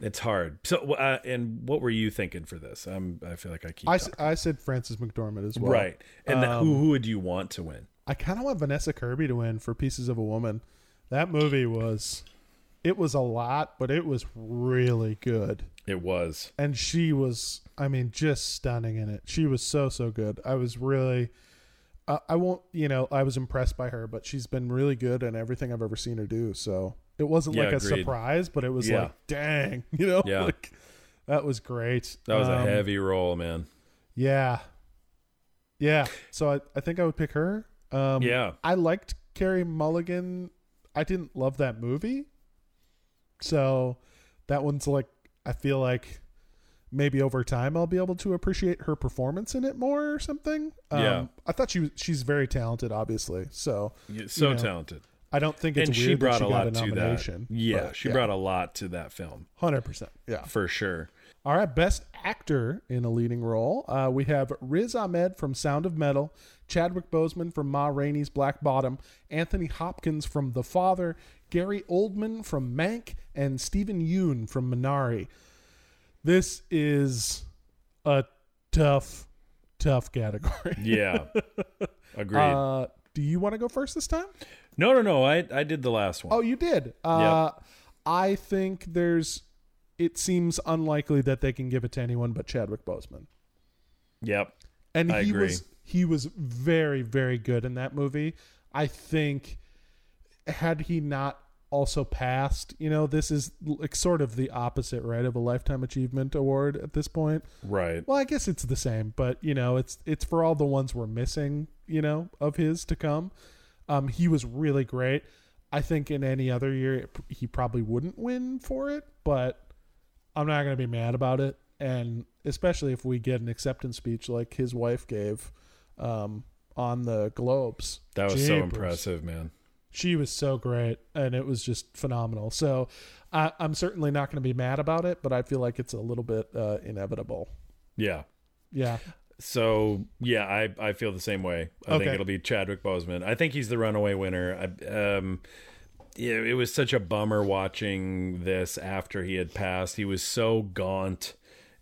It's hard. So, uh, and what were you thinking for this? I'm. I feel like I keep
I, s-
talking.
I said Francis McDormand as well. um,
right. And the- who who would you want to win?
I kind of want Vanessa Kirby to win for Pieces of a Woman. That movie was, it was a lot, but it was really good.
It was.
And she was, I mean, just stunning in it. She was so so good. I was really, uh, I won't, you know, I was impressed by her, but she's been really good in everything I've ever seen her do. So it wasn't
Yeah,
like a
agreed.
surprise, but it was
Yeah.
like, dang, *laughs* you know,
Yeah.
like that was great.
That was a
Um,
heavy roll, man.
yeah. Yeah. So I, I think I would pick her. Um,
Yeah.
I liked Carrie Mulligan. I didn't love that movie. So that one's like, I feel like maybe over time I'll be able to appreciate her performance in it more or something. Um,
Yeah.
I thought she was, she's very talented, obviously. So
Yeah, So
know,
talented.
I don't think it's
And
weird
she brought
that
a
she got
lot
a
to that.
nomination.
Yeah,
but
she brought a lot to that film
100%. Yeah.
for
*laughs*
sure.
All right, best actor in a leading role. Uh, we have Riz Ahmed from Sound of Metal, Chadwick Boseman from Ma Rainey's Black Bottom, Anthony Hopkins from The Father, Gary Oldman from Mank, and Stephen Yoon from Minari. This is a tough, tough category.
Yeah. Agreed.
*laughs* Uh, do you want to go first this time?
no, no, no. I I did the last one.
Oh, you did. Uh, I think there's. It seems unlikely that they can give it to anyone but Chadwick Boseman.
Yep.
and
I
he
agree.
was he was very very good in that movie. I think had he not also passed, you know, this is like sort of the opposite, right, of a lifetime achievement award at this point.
Right.
Well, I guess it's the same, but you know, it's it's for all the ones we're missing, you know, of his to come. Um, he was really great. I think in any other year it, he probably wouldn't win for it, but I'm not going to be mad about it. And especially if we get an acceptance speech like his wife gave um, on the Globes.
That was so
Jeepers.
impressive, man.
She was so great, and it was just phenomenal. So I, I'm certainly not going to be mad about it, but I feel like it's a little bit uh, inevitable.
Yeah.
Yeah.
So yeah, I, I feel the same way. I
Okay.
think it'll be Chadwick Boseman. I think he's the runaway winner. I, um, yeah, it was such a bummer watching this after he had passed. He was so gaunt,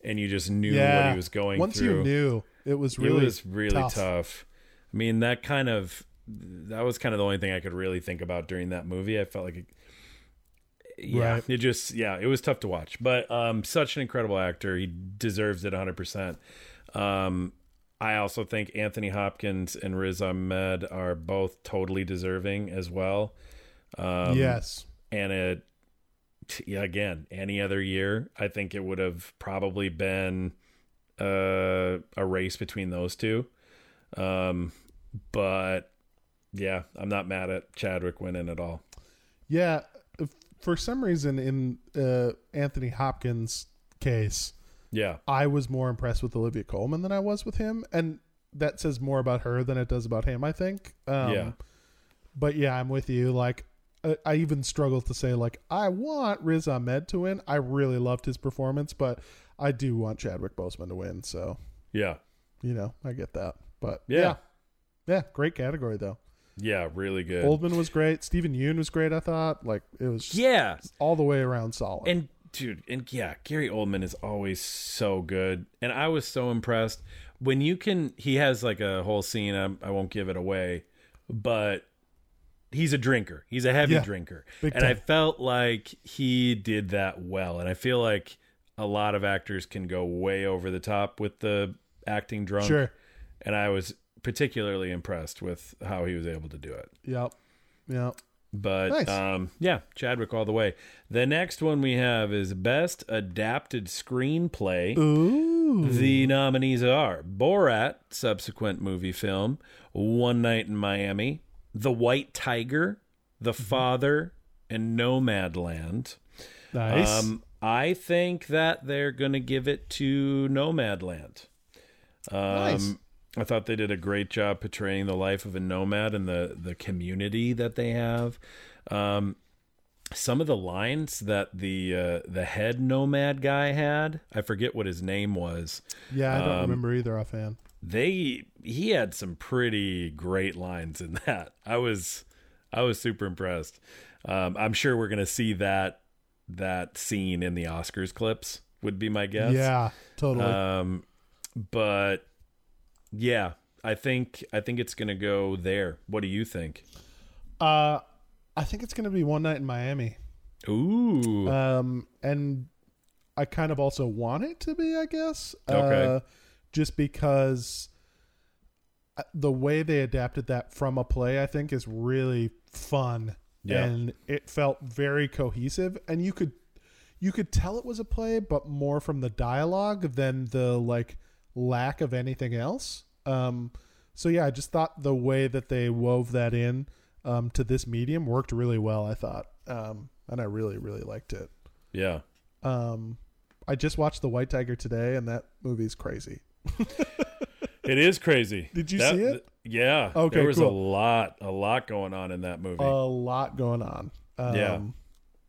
and you just knew what he was going
Once
through.
you knew, it was
It
really
was really tough. I mean, that kind of that was kind of the only thing I could really think about during that movie. I felt like it, yeah,
Right.
it just yeah, it was tough to watch. But um such an incredible actor. He deserves it 100%. Um I also think Anthony Hopkins and Riz Ahmed are both totally deserving as well. Um,
yes.
and it yeah, again any other year i think it would have probably been uh, a race between those two um, but yeah i'm not mad at chadwick winning at all
Yeah. If- For some reason, in uh, Anthony Hopkins' case,
yeah
I was more impressed with Olivia Coleman than I was with him, and that says more about her than it does about him. I think. Um,
Yeah.
But yeah, I'm with you. Like, I, I even struggled to say like I want Riz Ahmed to win. I really loved his performance, but I do want Chadwick Boseman to win. So
yeah
you know, I get that. But
Yeah.
yeah, yeah great category though.
yeah really good
Oldman was great. Stephen Yoon was great. I thought like it was just
yeah
all the way around solid.
and dude and yeah gary oldman is always so good and i was so impressed when you can he has like a whole scene I, I won't give it away but he's a drinker he's a heavy
Yeah.
drinker
Big
and i
time.
felt like he did that well and i feel like a lot of actors can go way over the top with the acting drunk
Sure.
and i was particularly impressed with how he was able to do it
Yep. Yep.
but
Nice.
um, yeah, Chadwick all the way. The next one we have is Best Adapted Screenplay.
Ooh.
The nominees are Borat, subsequent movie film, One Night in Miami, The White Tiger, The
Mm-hmm.
Father, and Nomadland.
Nice.
Um, I think that they're going to give it to Nomadland. Um,
Nice.
I thought they did a great job portraying the life of a nomad and the the community that they have. Um, some of the lines that the uh, the head nomad guy had, I forget what his name was.
yeah, I don't remember either offhand.
They he had some pretty great lines in that. I was I was super impressed. Um, I'm sure we're gonna see that that scene in the Oscars clips. Would be my guess.
uh, Yeah, totally.
Um, but Um, yeah, I think I think it's gonna go there. What do you think?
Uh, I think it's going to be one night in Miami.
Ooh,
Um, and I kind of also want it to be, I guess.
Okay.
Uh, just because uh, the way they adapted that from a play, I think, is really fun.
Yeah.
And it felt very cohesive, and you could you could tell it was a play, but more from the dialogue than the like lack of anything else. Um, so yeah, I just thought the way that they wove that in um, to this medium worked really well. I thought, um, and I really really liked it.
yeah.
Um, I just watched The White Tiger today, and that movie's crazy.
It is crazy.
*laughs* Did you see it?
yeah.
Okay,
There was a
cool. Uh,
lot, a lot going on in that movie.
A lot going on. Um,
Yeah.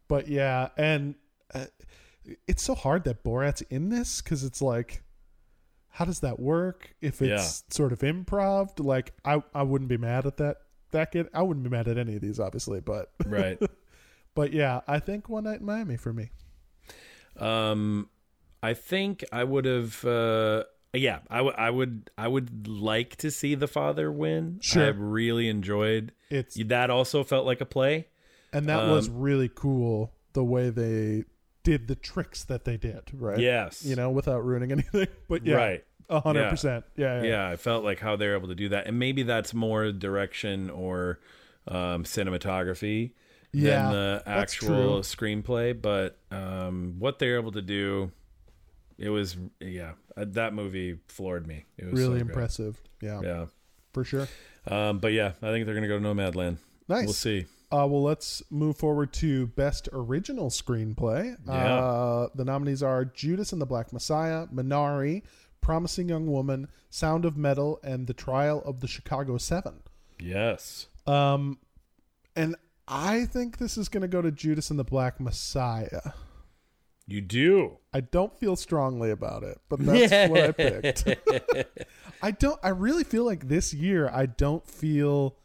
But yeah, and uh, it's so hard that Borat's in this because it's like, how does that work? If it's sort of improv, like I, I wouldn't be mad at that. That kid, I wouldn't be mad at any of these, obviously. But *laughs*
right.
but yeah, I think One Night in Miami for me.
Um, I think I would have. Uh, yeah, I, w- I would. I would like to see the father win.
Sure.
I really enjoyed
It's
that. Also felt like a play.
and that was
um,
really cool the way they did the tricks that they did, right?
Yes.
Uh, you know, without ruining *laughs* anything. But yeah,
Right.
a hundred percent. Yeah, yeah,
Yeah, I felt like how they're able to do that, and maybe that's more direction or um, cinematography
Yeah,
than the
that's
actual screenplay. But um, what they're able to do, it was yeah, uh, that movie floored me. It was
really
so good.
impressive. Yeah,
Yeah,
for sure.
um, but yeah, I think they're gonna go to Nomadland.
Nice.
We'll see.
Uh, well, let's move forward to best original screenplay.
Yeah.
Uh, the nominees are Judas and the Black Messiah, Minari, Promising Young Woman, Sound of Metal, and The Trial of the Chicago Seven.
Yes.
Um, and I think this is going to go to Judas and the Black Messiah.
You do.
I don't feel strongly about it, but that's what I picked. *laughs* I don't I really feel like this year I don't feel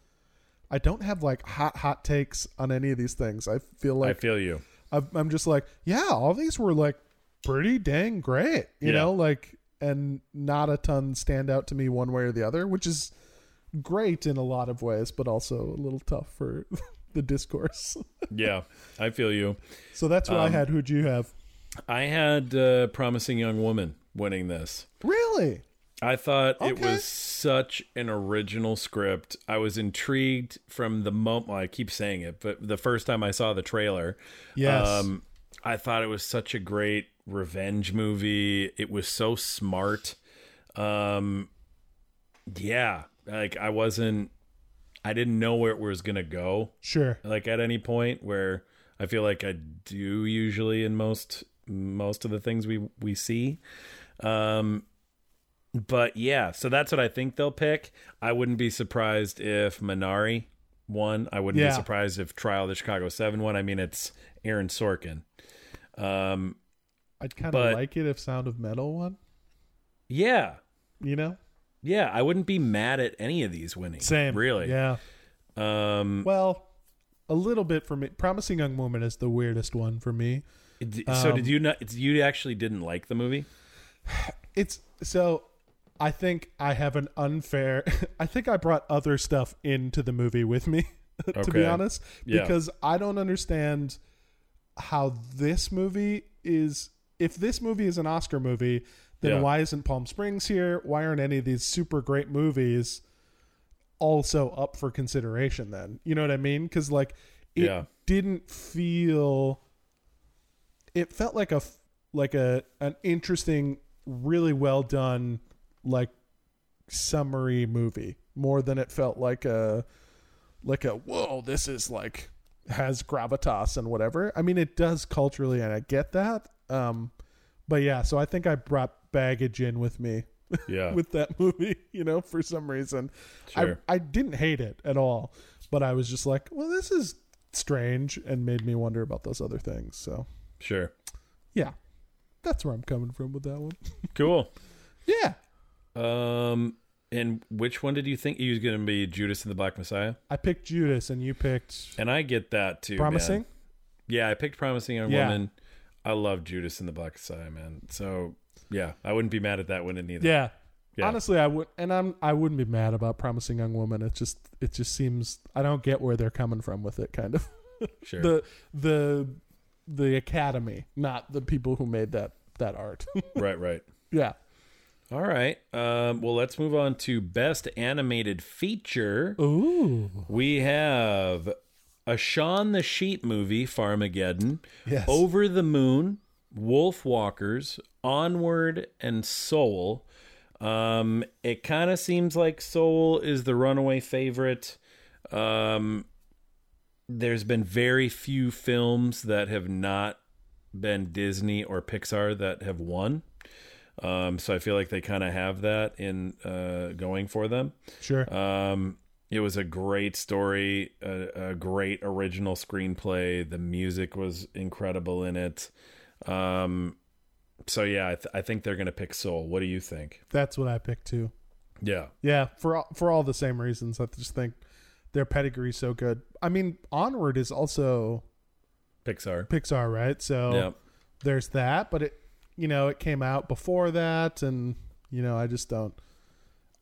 I don't have like hot hot takes on any of these things. I feel
I
like
feel you.
I I'm just like, yeah, all these were like pretty dang great, you
Yeah.
know, like and not a ton stand out to me one way or the other, which is great in a lot of ways, but also a little tough for *laughs* the discourse. *laughs*
Yeah, *laughs* I feel you.
so that's
Um,
what I had. Who'd you have?
I had uh, promising young woman winning this.
Really?
I thought it
Okay.
was such an original script. I was intrigued from the moment. Well, I keep saying it, but the first time I saw the trailer,
Yes.
um, I thought it was such a great revenge movie. It was so smart. Um, yeah, like I wasn't, I didn't know where it was gonna go.
sure.
Like at any point where I feel like I do usually in most most of the things we we see. Um, but yeah, so that's what I think they'll pick. I wouldn't be surprised if Minari won. I wouldn't
Yeah.
be surprised if Trial of the Chicago Seven won. I mean, it's Aaron Sorkin. Um,
I'd kind of
But-
like it if Sound of Metal won.
yeah,
You know,
yeah, I wouldn't be mad at any of these winning. really.
Yeah.
Um,
Well, a little bit for me. Promising Young Woman is the weirdest one for me.
d- so
Um,
did you not? You actually didn't like the
*laughs*
movie?
It's so. I think I have an unfair. *laughs* I think I brought other stuff into the movie with me, *laughs* to
Okay.
be honest,
Yeah.
because I don't understand how this movie is. If this movie is an Oscar movie, then
Yeah.
why isn't Palm Springs here? Why aren't any of these super great movies also up for consideration? Then you know what I mean? Because like, it
Yeah.
didn't feel. It felt like a f- like a an interesting, really well done, like summary movie more than it felt like a like a whoa this is like has gravitas and whatever i mean it does culturally and i get that um but yeah so i think i brought baggage in with me
Yeah,
with that *laughs* movie you know for some reason
Sure.
i i didn't hate it at all but i was just like well this is strange and made me wonder about those other things so
sure,
yeah that's where i'm coming from with that one
cool.
yeah
Um, and which one did you think he was going to be? Judas and the Black Messiah,
i picked judas and you picked
and I get that too. man.
promising
yeah. I picked promising young
Yeah.
woman. I love Judas and the Black Messiah, man. So yeah, I wouldn't be mad at that one either.
yeah
Yeah.
Honestly, I would, and I'm, I wouldn't be mad about Promising Young Woman. It just, it just seems I don't get where they're coming from with it. Kind of
*laughs* Sure.
the the the Academy, not the people who made that that art. *laughs*
right, right.
yeah,
All right. Um, well, let's move on to best animated feature.
Ooh.
We have a Shaun the Sheep movie, Farmageddon,
Yes.
Over the Moon, Wolf Walkers, Onward, and Soul. Um, it kind of seems like Soul is the runaway favorite. Um, there's been very few films that have not been Disney or Pixar that have won. Um, so I feel like they kind of have that in uh, going for them.
Sure.
Um, it was a great story, a, a great original screenplay. The music was incredible in it. Um, so yeah, I, th- I think they're gonna pick Soul. What do you think?
That's what I picked too.
Yeah,
Yeah, for all, for all the same reasons. I just think their pedigree's so good. I mean, Onward is also
Pixar.
Pixar, right? So
Yeah,
there's that, but it you know, it came out before that and you know, I just don't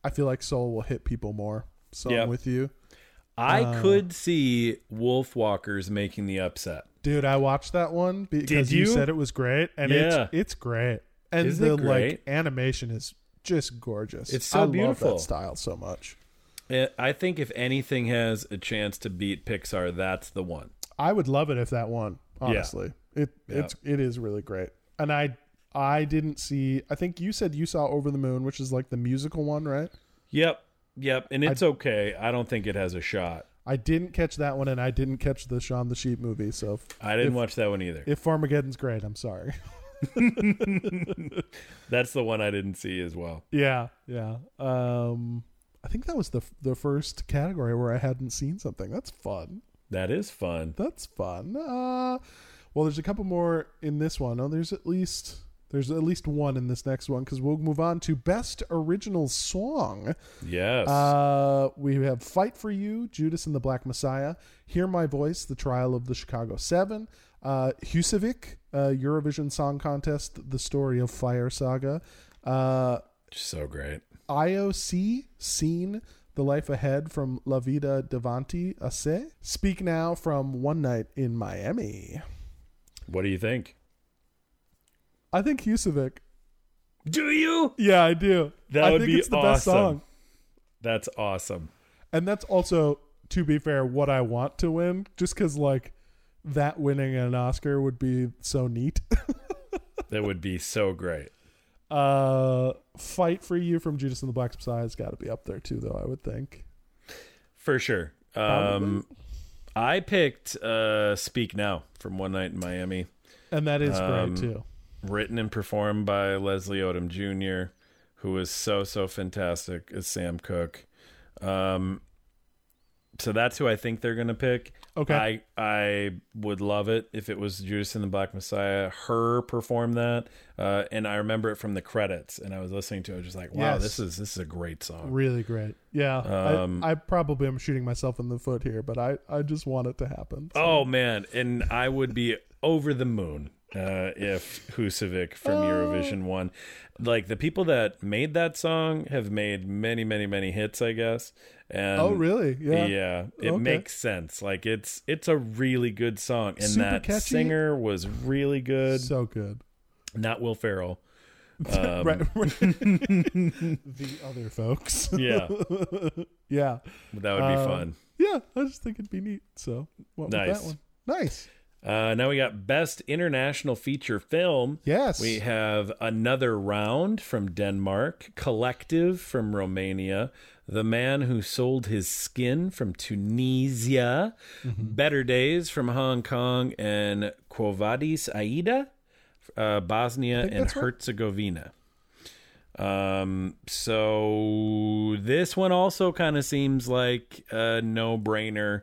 I feel like Soul will hit people more. So
Yeah.
I'm with you.
I could see Wolf Walkers making the upset.
Dude, I watched that one because
Did
you?
you?
said it was great and
Yeah.
it's it's great. And
Isn't it
the
great?
like animation is just gorgeous.
It's so
I love
beautiful.
that style so much.
Eh, I think if anything has a chance to beat Pixar, that's the one.
I would love it if that won. Honestly, it it's it is really great. And I I didn't see. I think you said you saw Over the Moon, which is like the musical one, right?
Yep, yep, and it's okay. I don't think it has a shot.
I didn't catch that one, and I didn't catch the Shaun the Sheep movie. So if,
I didn't watch that one either.
if Farmageddon's great, I'm sorry. *laughs*
That's the one I didn't see as well.
yeah, yeah. Um, I think that was the the first category where I hadn't seen something. That's fun.
That is fun.
That's fun. Uh, well, there's a couple more in this one. Oh, there's at least there's at least one in this next one because we'll move on to best original song.
Yes.
Uh, we have Fight for You, Judas and the Black Messiah, Hear My Voice, The Trial of the Chicago Seven, uh, Husevik, uh, Eurovision Song Contest, The Story of Fire Saga, uh,
so great.
IOC, Scene, The Life Ahead from La Vida Davanti, Asse, Speak Now from One Night in Miami.
What do you think?
I think Husevik.
Do you?
Yeah, I do.
That
I
would
think
be
it's the best
awesome.
song.
That's awesome.
And that's also, to be fair, what I want to win, just because, like, that winning an Oscar would be so neat. *laughs*
That would be so great.
uh, Fight for You from Judas and the Black Messiah has got to be up there, too, though, I would think.
For sure. Um I picked uh Speak Now from One Night in Miami,
And that is
Um,
great, too.
written and performed by Leslie Odom Jr., who is so so fantastic as Sam Cooke. Um so that's who I think they're gonna pick.
Okay.
I I would love it if it was Judas and the Black Messiah. Her performed that, uh, and I remember it from the credits. And I was listening to it, just like, wow,
Yes.
this is this is a great song.
Really great. Yeah.
Um,
I, I probably am shooting myself in the foot here, but I, I just want it to happen. so.
Oh man, and I would be over the moon uh, if Husavik
Oh.
from Eurovision won. Like the people that made that song have made many, many, many hits, I guess. And
Oh, really? Yeah.
Yeah, it
Okay.
makes sense. Like it's it's a really good song, and
Super
that
catchy.
singer was really good.
So good.
Not Will
*laughs*
Ferrell. Um,
right,
*laughs*
right. the other folks. *laughs*
Yeah,
yeah.
that would be
Uh,
fun.
Yeah. I just think it'd be neat. So, what
Nice.
that one? Nice.
Uh, now we got best international feature film.
Yes.
We have another round from Denmark, Collective from Romania, The Man Who Sold His Skin from Tunisia,
Mm-hmm.
Better Days from Hong Kong, and Quo Vadis Aida, uh, Bosnia and
that's right.
Herzegovina. Um, so this one also kind of seems like a no brainer,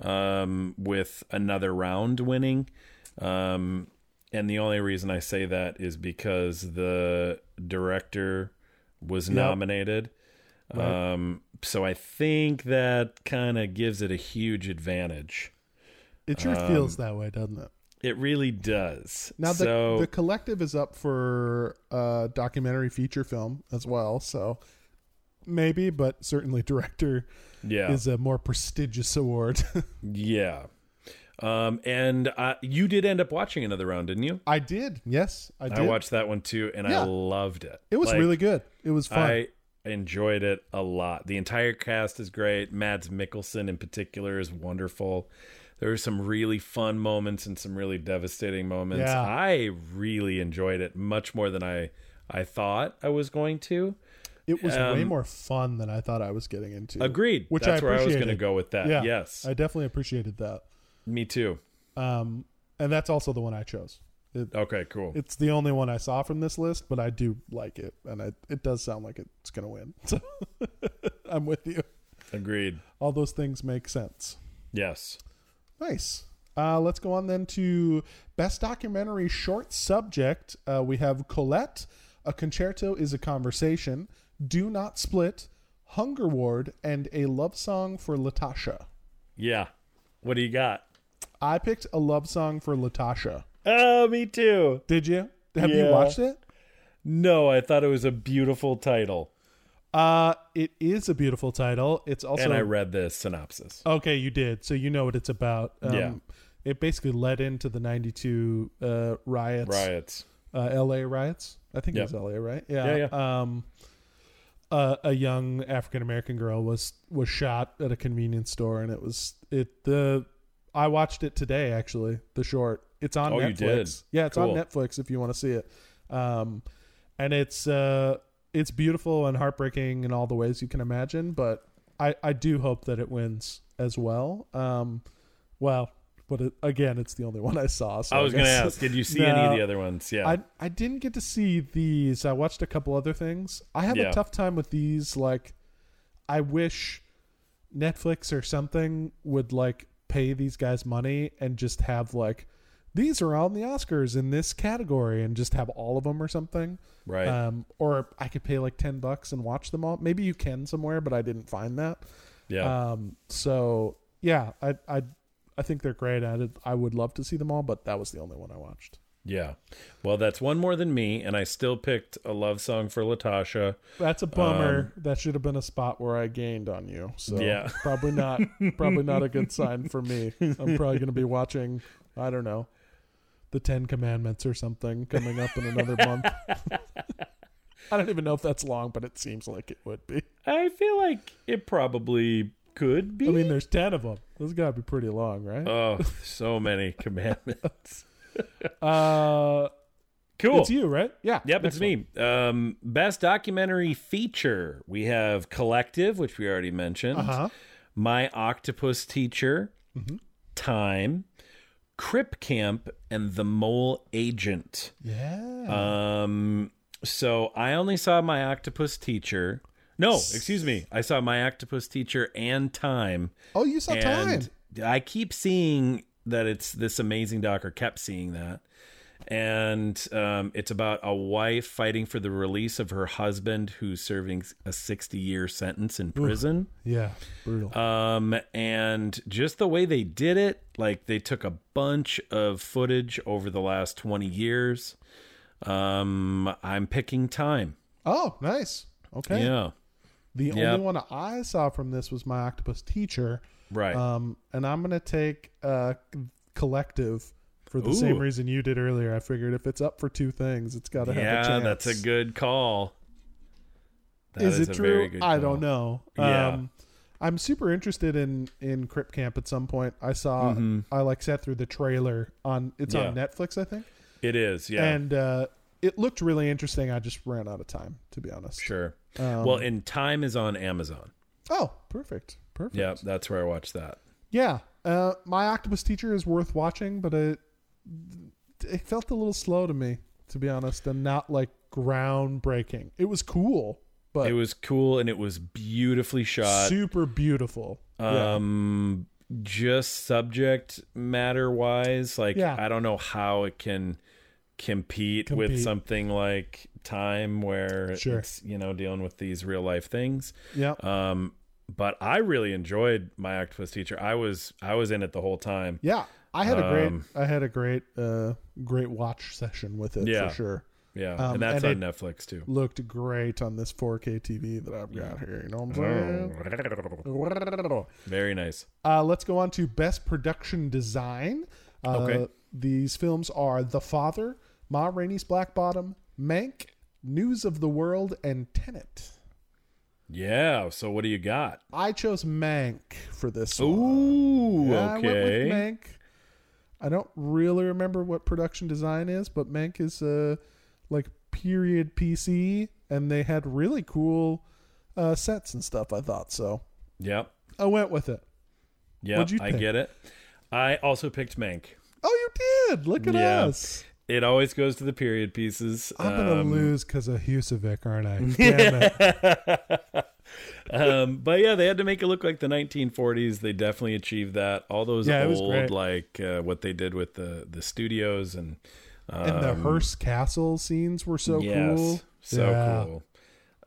um, with another round winning. Um, and the only reason I say that is because the director was nominated. Um, so I think that kind of gives it a huge advantage. um,
It sure feels that way, doesn't it?
It really does.
Now the,
so
the collective is up for a documentary feature film as well, so maybe, but certainly director
yeah,
is a more prestigious award. *laughs*
yeah. Um, and uh, you did end up watching another round, didn't you?
I did, yes, I did.
I watched that one too, and
Yeah.
I loved it.
it was
Like,
really good. It was fun.
I enjoyed it a lot. The entire cast is great. Mads Mikkelsen in particular is wonderful. There were some really fun moments and some really devastating moments.
Yeah.
I really enjoyed it much more than I I thought I was going to.
it was way more fun than I thought I was getting into.
Agreed.
Which
That's
I
where I was going to
appreciated.
go with that.
Yeah,
yes.
I definitely appreciated that.
me too.
Um, and that's also the one I chose. It,
Okay, cool.
It's the only one I saw from this list, but I do like it, and I, it does sound like it's going to win. *laughs* So I'm with you.
Agreed.
All those things make sense.
Yes.
Nice. Uh, let's go on then to best documentary short subject. Uh, we have Colette, A Concerto is a Conversation, Do Not Split, Hunger Ward, and A Love Song for Latasha.
Yeah. What do you got?
I picked A Love Song for Latasha.
Oh, me too.
Did you? Have
Yeah.
you watched it?
No, I thought it was a beautiful title.
Uh, it is a beautiful title. It's also
and I read the synopsis.
Okay, you did. So you know what it's about. Um,
Yeah.
It basically led into the 92 uh, riots,
Riots.
Uh, LA riots. I think
Yep.
it was LA, right?
Yeah,
Um, uh, a young African American girl was was shot at a convenience store, and it was it the I watched it today actually. The short. It's on
Oh,
Netflix.
you did?
Yeah, it's
Cool.
on Netflix if you want to see it. Um, and it's uh it's beautiful and heartbreaking in all the ways you can imagine but i i do hope that it wins as well um well but it, again it's the only *laughs* one i saw so
I was going to
guess-
ask,
*laughs*
did you see any of
No.
the other ones? Yeah.
I, I didn't get to see these. I watched a couple other things. I have
Yeah.
a tough time with these. Like, I wish Netflix or something would like pay these guys money and just have like these are on the Oscars in this category and just have all of them or something.
right.
Um, or I could pay like ten bucks and watch them all. Maybe you can somewhere, but I didn't find that.
yeah.
Um, so yeah, I I I think they're great. I did, I would love to see them all, but that was the only one I watched.
yeah. Well, that's one more than me, and I still picked a love song for Latasha.
That's a bummer. that should have been a spot where I gained on you. So
Um, Yeah. *laughs*
probably not probably not a good sign for me. I'm probably going to be watching I don't know. The 10 commandments or something coming up in
*laughs*
another month. I don't even know if that's long, but it seems like it would be.
I feel like it probably could be.
I mean, there's 10 of them. This has got to be pretty long, right?
oh, so
*laughs*
many commandments.
Uh
Cool.
it's you, right? Yeah.
Yep,
next
it's me. Um, best documentary feature. We have Collective, which we already mentioned.
one. Uh-huh.
My Octopus Teacher,
Mm-hmm.
Time, Crip Camp, and The Mole Agent.
Yeah.
Um, so I only saw My Octopus Teacher. No, excuse me. I saw My Octopus Teacher and Time.
oh, you saw time.
And I keep seeing that it's this amazing doc, or kept seeing that. And um, it's about a wife fighting for the release of her husband who's serving a 60 year sentence in prison.
Yeah. Brutal.
Um, and just the way they did it, like they took a bunch of footage over the last 20 years. Um, I'm picking time.
oh, nice. Okay.
Yeah.
The
Yep.
only one I saw from this was my octopus teacher.
Right.
Um, and I'm gonna take uh, c- collective for the same
Ooh.
reason you did earlier. I figured if it's up for two things, it's got to have a
yeah,
chance.
that's a good call. That
is it
a
true? I
call.
don't know.
Yeah.
Um, I'm super interested in in Crip Camp. At some point, I saw I like sat through the trailer on it's on
Mm-hmm. Yeah.
Netflix, I think,
It is. Yeah.
and uh, it looked really interesting. I just ran out of time, to be honest.
Sure.
um,
well, and Time is on Amazon.
Oh, perfect, perfect.
Yeah, that's where I watched that.
Yeah, uh, my octopus teacher is worth watching, but it it felt a little slow to me, to be honest, and not like groundbreaking. It was cool, but
It was cool and it was beautifully shot.
super beautiful. Yeah.
Um just subject matter wise, like
Yeah.
I don't know how it can compete, with
Compete.
something like Time where
Sure.
it's, you know, dealing with these real life things.
yeah,
Um but I really enjoyed my octopus teacher. I was I was in it the whole time.
Yeah, I had a great,
um,
I had a great, uh, great watch session with it
Yeah.
for sure.
Yeah,
Um,
and that's
and
on Netflix too.
Looked great on this 4K TV that I've got here. You know what I'm
Oh.
saying?
Very nice.
Uh, let's go on to best production design. Uh,
Okay.
These films are The Father, Ma Rainey's Black Bottom, Mank, News of the World, and Tenet.
Yeah. So what do you got?
I chose Mank for this one.
Ooh.
Yeah, I went with
okay.
Mank. I don't really remember what production design is, but Mank is uh, like period PC, and they had really cool uh, sets and stuff. I thought so.
Yep.
I went with it.
Yep.
What'd you
I
pick?
get it. I also picked Mank.
Oh, you did! Look at
Yeah.
us.
It always goes to the period pieces.
I'm gonna lose because of Husevic,
*laughs*
aren't I? Damn it.
um, but yeah, they had to make it look like the 1940s. They definitely achieved that. All those
Yeah, it was
old,
great.
like uh, what they did with the the studios and
And the Hearst Castle scenes were so
Um, yes,
cool.
so
Yeah.
cool.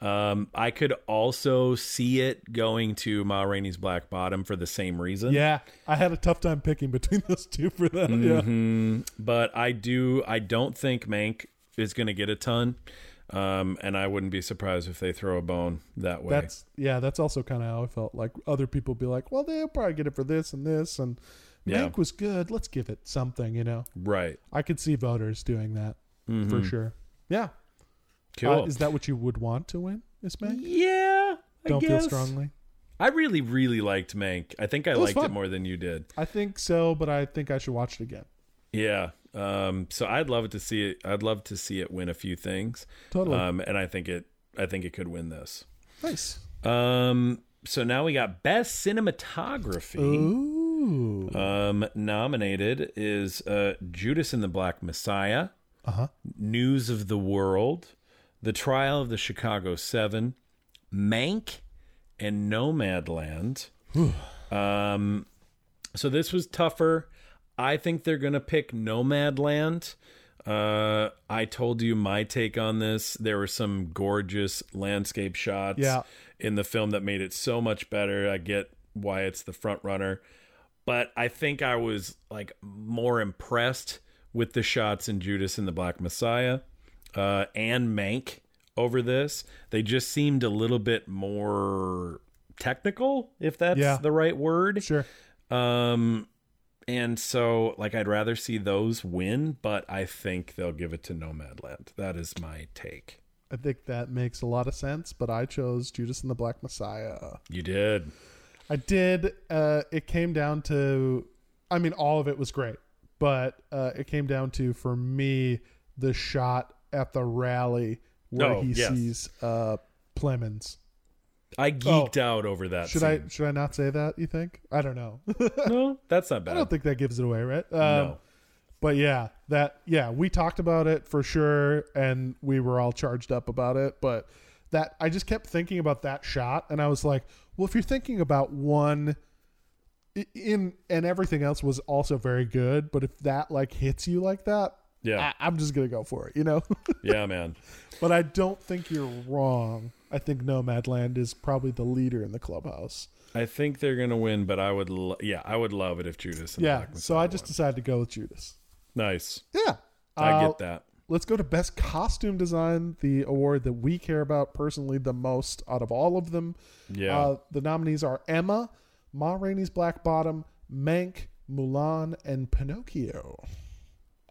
Um, I could also see it going to Ma Rainey's Black Bottom for the same reason.
Yeah, I had a tough time picking between *laughs* those two for that.
Mm-hmm.
Yeah,
but I do. I don't think Mank is going to get a ton. Um, and I wouldn't be surprised if they throw a bone that way.
that's yeah, that's also kind of how I felt. Like other people be like, "Well, they'll probably get it for this and this," and
Yeah.
Mank was good. Let's give it something. You know,
right.
I could see voters doing that
Mm-hmm.
for sure. Yeah,
Cool.
Uh, is that what you would want to win? Is Mank?
yeah. I
Don't feel
guess.
strongly.
I really, really liked Mank. I think I
was
liked it
fun.
more than you did.
I think so, but I think I should watch it again.
Yeah. Um, so I'd love to see it. I'd love to see it win a few things.
Totally.
Um, and I think it. I think it could win this.
Nice.
Um, so now we got best cinematography.
Ooh.
Um, nominated is uh, Judas and the Black Messiah,
Uh huh.
News of the World, The Trial of the Chicago Seven, Mank, and Nomadland. um, so this was tougher. I think they're going to pick Nomadland. Uh, I told you my take on this. There were some gorgeous landscape shots
Yeah.
in the film that made it so much better. I get why it's the front runner, but I think I was like more impressed with the shots in Judas and the Black Messiah uh, and Mank over this. They just seemed a little bit more technical, if that's
Yeah.
the right word.
Sure.
Um, and so like I'd rather see those win, but I think they'll give it to Nomadland. That is my take.
I think that makes a lot of sense, but I chose Judas and the Black Messiah.
You did.
I did. Uh, it came down to, I mean, all of it was great, but uh, it came down to, for me, the shot at the rally where
Oh,
he
yes.
sees uh, Plemons.
I geeked out over that.
Oh. Should I should I not say that? You think? I don't know. *laughs* I
I? No, that's
*laughs*
not bad.
don't think that gives it away, right? Um,
no.
But yeah, that yeah, we talked about it for sure, and we were all charged up about it. But that I just kept thinking about that shot, and I was like, well, if you're thinking about one i- in and everything else was also very good, but if that like hits you like that,
Yeah.
I, I'm just gonna go for it, you know. *laughs*
Yeah, man.
but I don't think you're wrong. I think Nomadland is probably the leader in the clubhouse.
I think they're gonna win, but I would, lo- yeah, I would love it if Judas. And the
Yeah,
Black
so
Messiah
I just
won.
decided to go with Judas.
nice.
Yeah,
I
Uh,
get that.
Let's go to best costume design, the award that we care about personally the most out of all of them.
Yeah.
Uh, the nominees are Emma, Ma Rainey's Black Bottom, Mank, Mulan, and Pinocchio.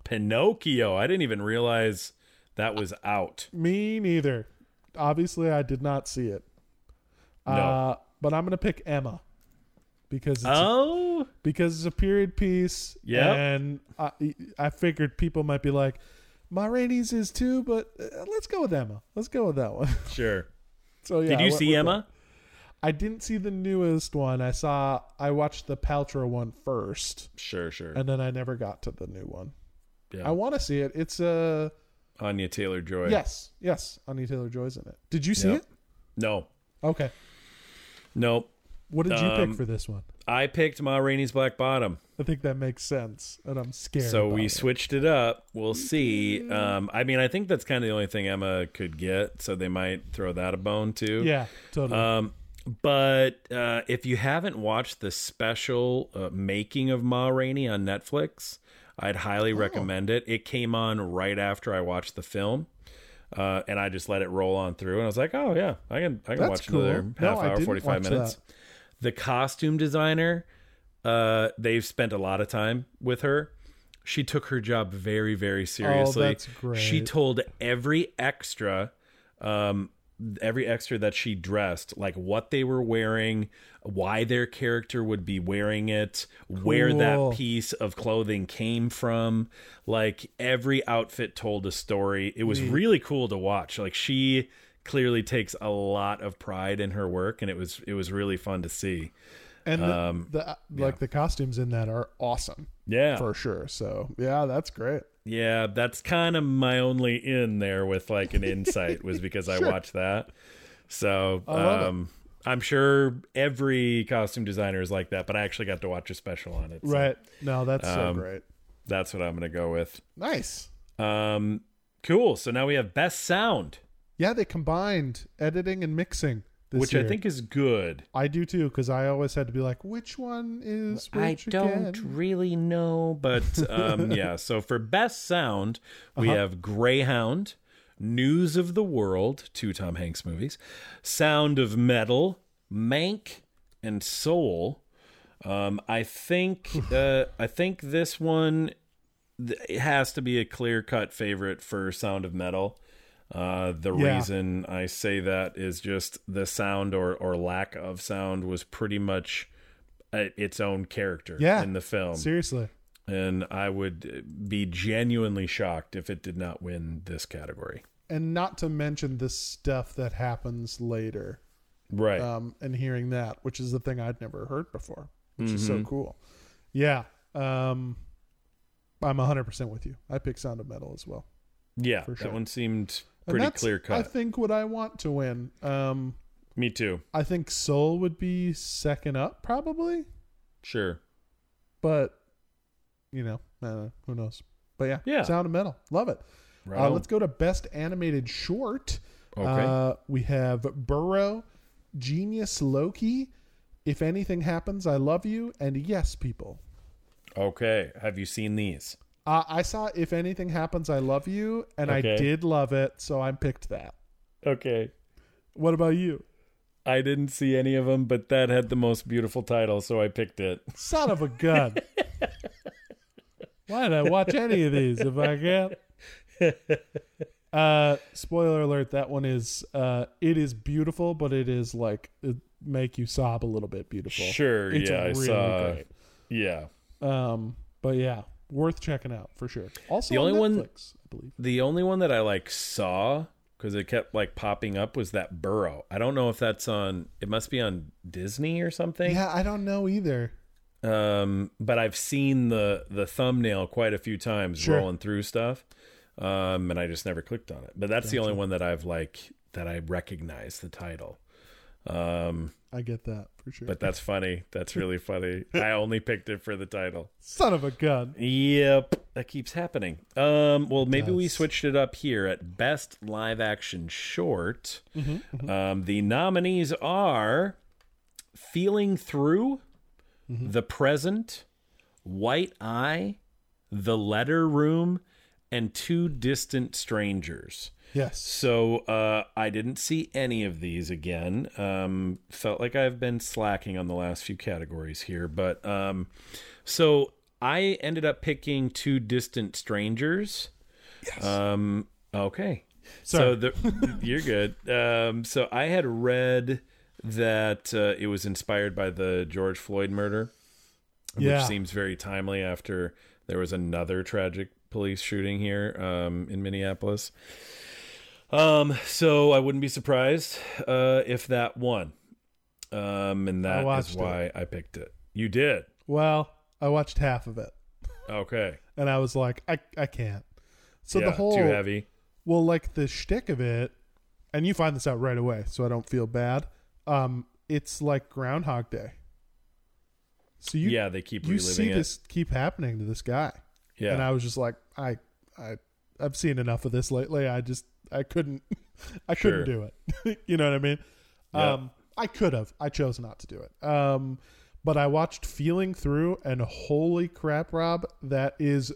Pinocchio. I didn't even realize that was
*laughs*
out.
Me neither. Obviously, I did not see it.
No.
Uh, but I'm gonna pick Emma because it's a,
oh,
because it's a period piece.
Yep.
and I, I figured people might be like, Ma Rainey's is too, but uh, let's go with Emma. Let's go with that one. *laughs*
sure.
so yeah,
Did
I
you
went
see
with that.
Emma?
I didn't see the newest one. I saw I watched the Paltrow one first,
Sure, sure.
and then I never got to the new one.
yeah.
I want to see it. It's uh
Anya Taylor Joy.
yes, yes. Anya Taylor Joy's in it. Did you see
Yep.
it?
No,
Okay.
no.
What did you
Um,
pick for this one?
I picked Ma Rainey's Black Bottom,
I think that makes sense, and I'm scared.
so
about
we
it.
switched it up. We'll see. Um, I mean, I think that's kind of the only thing Emma could get, so they might throw that a bone too.
yeah, totally.
Um, But uh, if you haven't watched the special uh, making of Ma Rainey on Netflix, I'd
Oh.
highly recommend it. It came on right after I watched the film, uh, and I just let it roll on through. And I was like, "Oh yeah, I can I can
That's
watch
cool.
another
No,
half
I
hour,
didn't
forty five
watch
minutes." The costume designer, uh, they've spent a lot of time with her. She took her job very very seriously.
Oh, that's
She
great.
told every extra um every extra that she dressed like what they were wearing why their character would be wearing it where
Cool.
that piece of clothing came from like every outfit told a story it was really cool to watch like she clearly takes a lot of pride in her work and it was it was really fun to see
and the,
um,
the uh, like the costumes in that are awesome
yeah
for sure. So yeah, that's great.
Yeah, that's kind of my only in there with like an insight
*laughs*
was because I watched that. So
love it.
um, I'm sure every costume designer is like that, but I actually got to watch a special on it. so
Right? No, that's
Um,
so great.
that's what I'm going to go with.
Nice.
Um, cool. So now we have best sound,
Yeah, they combined editing and mixing. This
which I
year.
think is good.
I do too, because I always had to be like, which one is which again?
really know, but
*laughs*
um, yeah. So for best sound, we
Uh-huh.
have Greyhound, News of the World, two Tom Hanks movies, Sound of Metal, Mank, and Soul. Um, I
*laughs*
think uh, I think this one th- it has to be a clear cut favorite for Sound of Metal. Uh, the
Yeah.
reason I say that is just the sound or, or lack of sound was pretty much a, its own character
Yeah.
in the film.
Seriously.
And I would be genuinely shocked if it did not win this category.
And not to mention the stuff that happens later.
Right.
Um, and hearing that, which is the thing I'd never heard before, which is
Mm-hmm.
so cool. Yeah. Um I'm hundred percent with you. I pick Sound of Metal as well.
yeah.
for sure.
That one seemed
And
pretty
that's,
clear
I
cut.
think what I want to win. Um
Me too.
I think Soul would be second up probably,
Sure.
but you know, I don't know, who knows. But yeah,
Yeah.
Sound of Metal. Love it.
Right.
Uh,
on.
let's go to best animated short.
Okay.
Uh, we have Burrow, Genius Loki, If Anything Happens, I Love You, and Yes People.
okay. Have you seen these?
Uh, I saw If Anything Happens, I Love You, and I
Okay.
did love it, so I picked that.
Okay.
What about you?
I didn't see any of them, but that had the most beautiful title, so I picked it.
Son of a gun. Why did I watch any of these if I can't?
*laughs*
Uh, spoiler alert, that one is, uh, it is beautiful, but it is like, it make you sob a little bit beautiful.
Sure,
It's
yeah, I
really
saw-
great.
Yeah.
Um, but yeah, worth checking out for sure. Also,
The
on
only one-
Netflix, I believe.
The only one that I like saw because it kept like popping up was that Burrow. I don't know if that's on. It must be on Disney or something.
Yeah, I don't know either.
Um, but I've seen the the thumbnail quite a few times
Sure.
rolling through stuff, um, and I just never clicked on it. But that's the only one that I've like that I recognize the title. Um,
I get that for sure.
but that's funny. That's really funny. I only picked it for the title.
son of a gun.
Yep, that keeps happening. Um, well, maybe we
does.
switched it up here at best live action short. Um, the nominees are Feeling Through, The Present, White Eye, The Letter Room, and Two Distant Strangers.
Yes.
So uh, I didn't see any of these again. Um, felt like I've been slacking on the last few categories here, but um, so I ended up picking two distant strangers. Yes. Um, okay.
Sorry.
So the, you're good. Um, so I had read that uh, it was inspired by the George Floyd murder
yeah.
which seems very timely after there was another tragic police shooting here um, in Minneapolis. Um, so I wouldn't be surprised uh, if that won, um, and that is
watched
why I picked it. You did
well, I watched half of it,
okay.
and I was like, I, I can't. So
yeah,
the whole
too heavy.
well, like the shtick of it, and you find this out right away, so I don't feel bad. Um, it's like Groundhog Day. So you
yeah, they keep
you
reliving
see
it.
this keep happening to this guy.
yeah,
and I was just like, I, I, I've seen enough of this lately. *laughs* I just, I couldn't, I
Sure.
couldn't do it. *laughs* you know what I mean?
Yeah.
Um, I could have. I chose not to do it. Um, but I watched Feeling Through, and holy crap, Rob, that is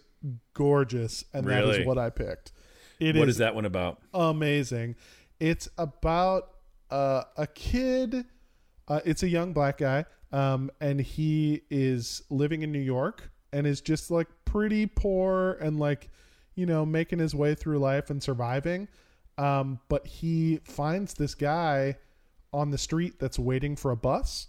gorgeous, and that
Really?
is what I picked. It
What
is
is that one about?
amazing. It's about uh, a kid. Uh, it's a young black guy, um, and he is living in New York and is just like pretty poor and like, you know, making his way through life and surviving. Um, but he finds this guy on the street that's waiting for a bus,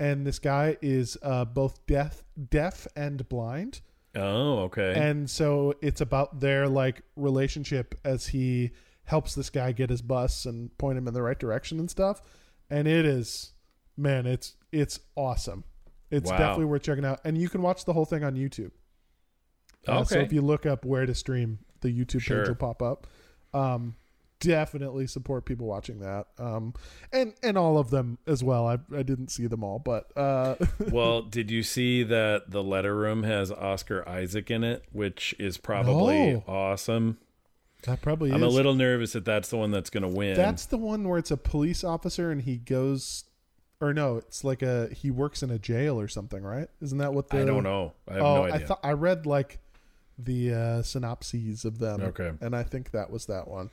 and this guy is uh, both deaf, deaf and blind
Oh, okay.
and so it's about their like relationship as he helps this guy get his bus and point him in the right direction and stuff and it is man it's it's awesome it's
Wow.
definitely worth checking out and you can watch the whole thing on youtube Uh, so
Okay.
if you look up where to stream the youtube
Sure.
page will pop up um definitely support people watching that um and and all of them as well i, I didn't see them all but uh *laughs*
well, did you see that the letter room has Oscar Isaac in it, which is probably
No.
awesome.
that probably
I'm a
is
little nervous that that's the one that's going to win.
That's the one where it's a police officer and he goes, or no, it's like a he works in a jail or something, right? Isn't that what the?
I don't know. I have
oh,
no idea.
I thought I read like the uh, synopses of them.
Okay.
and I think that was that one.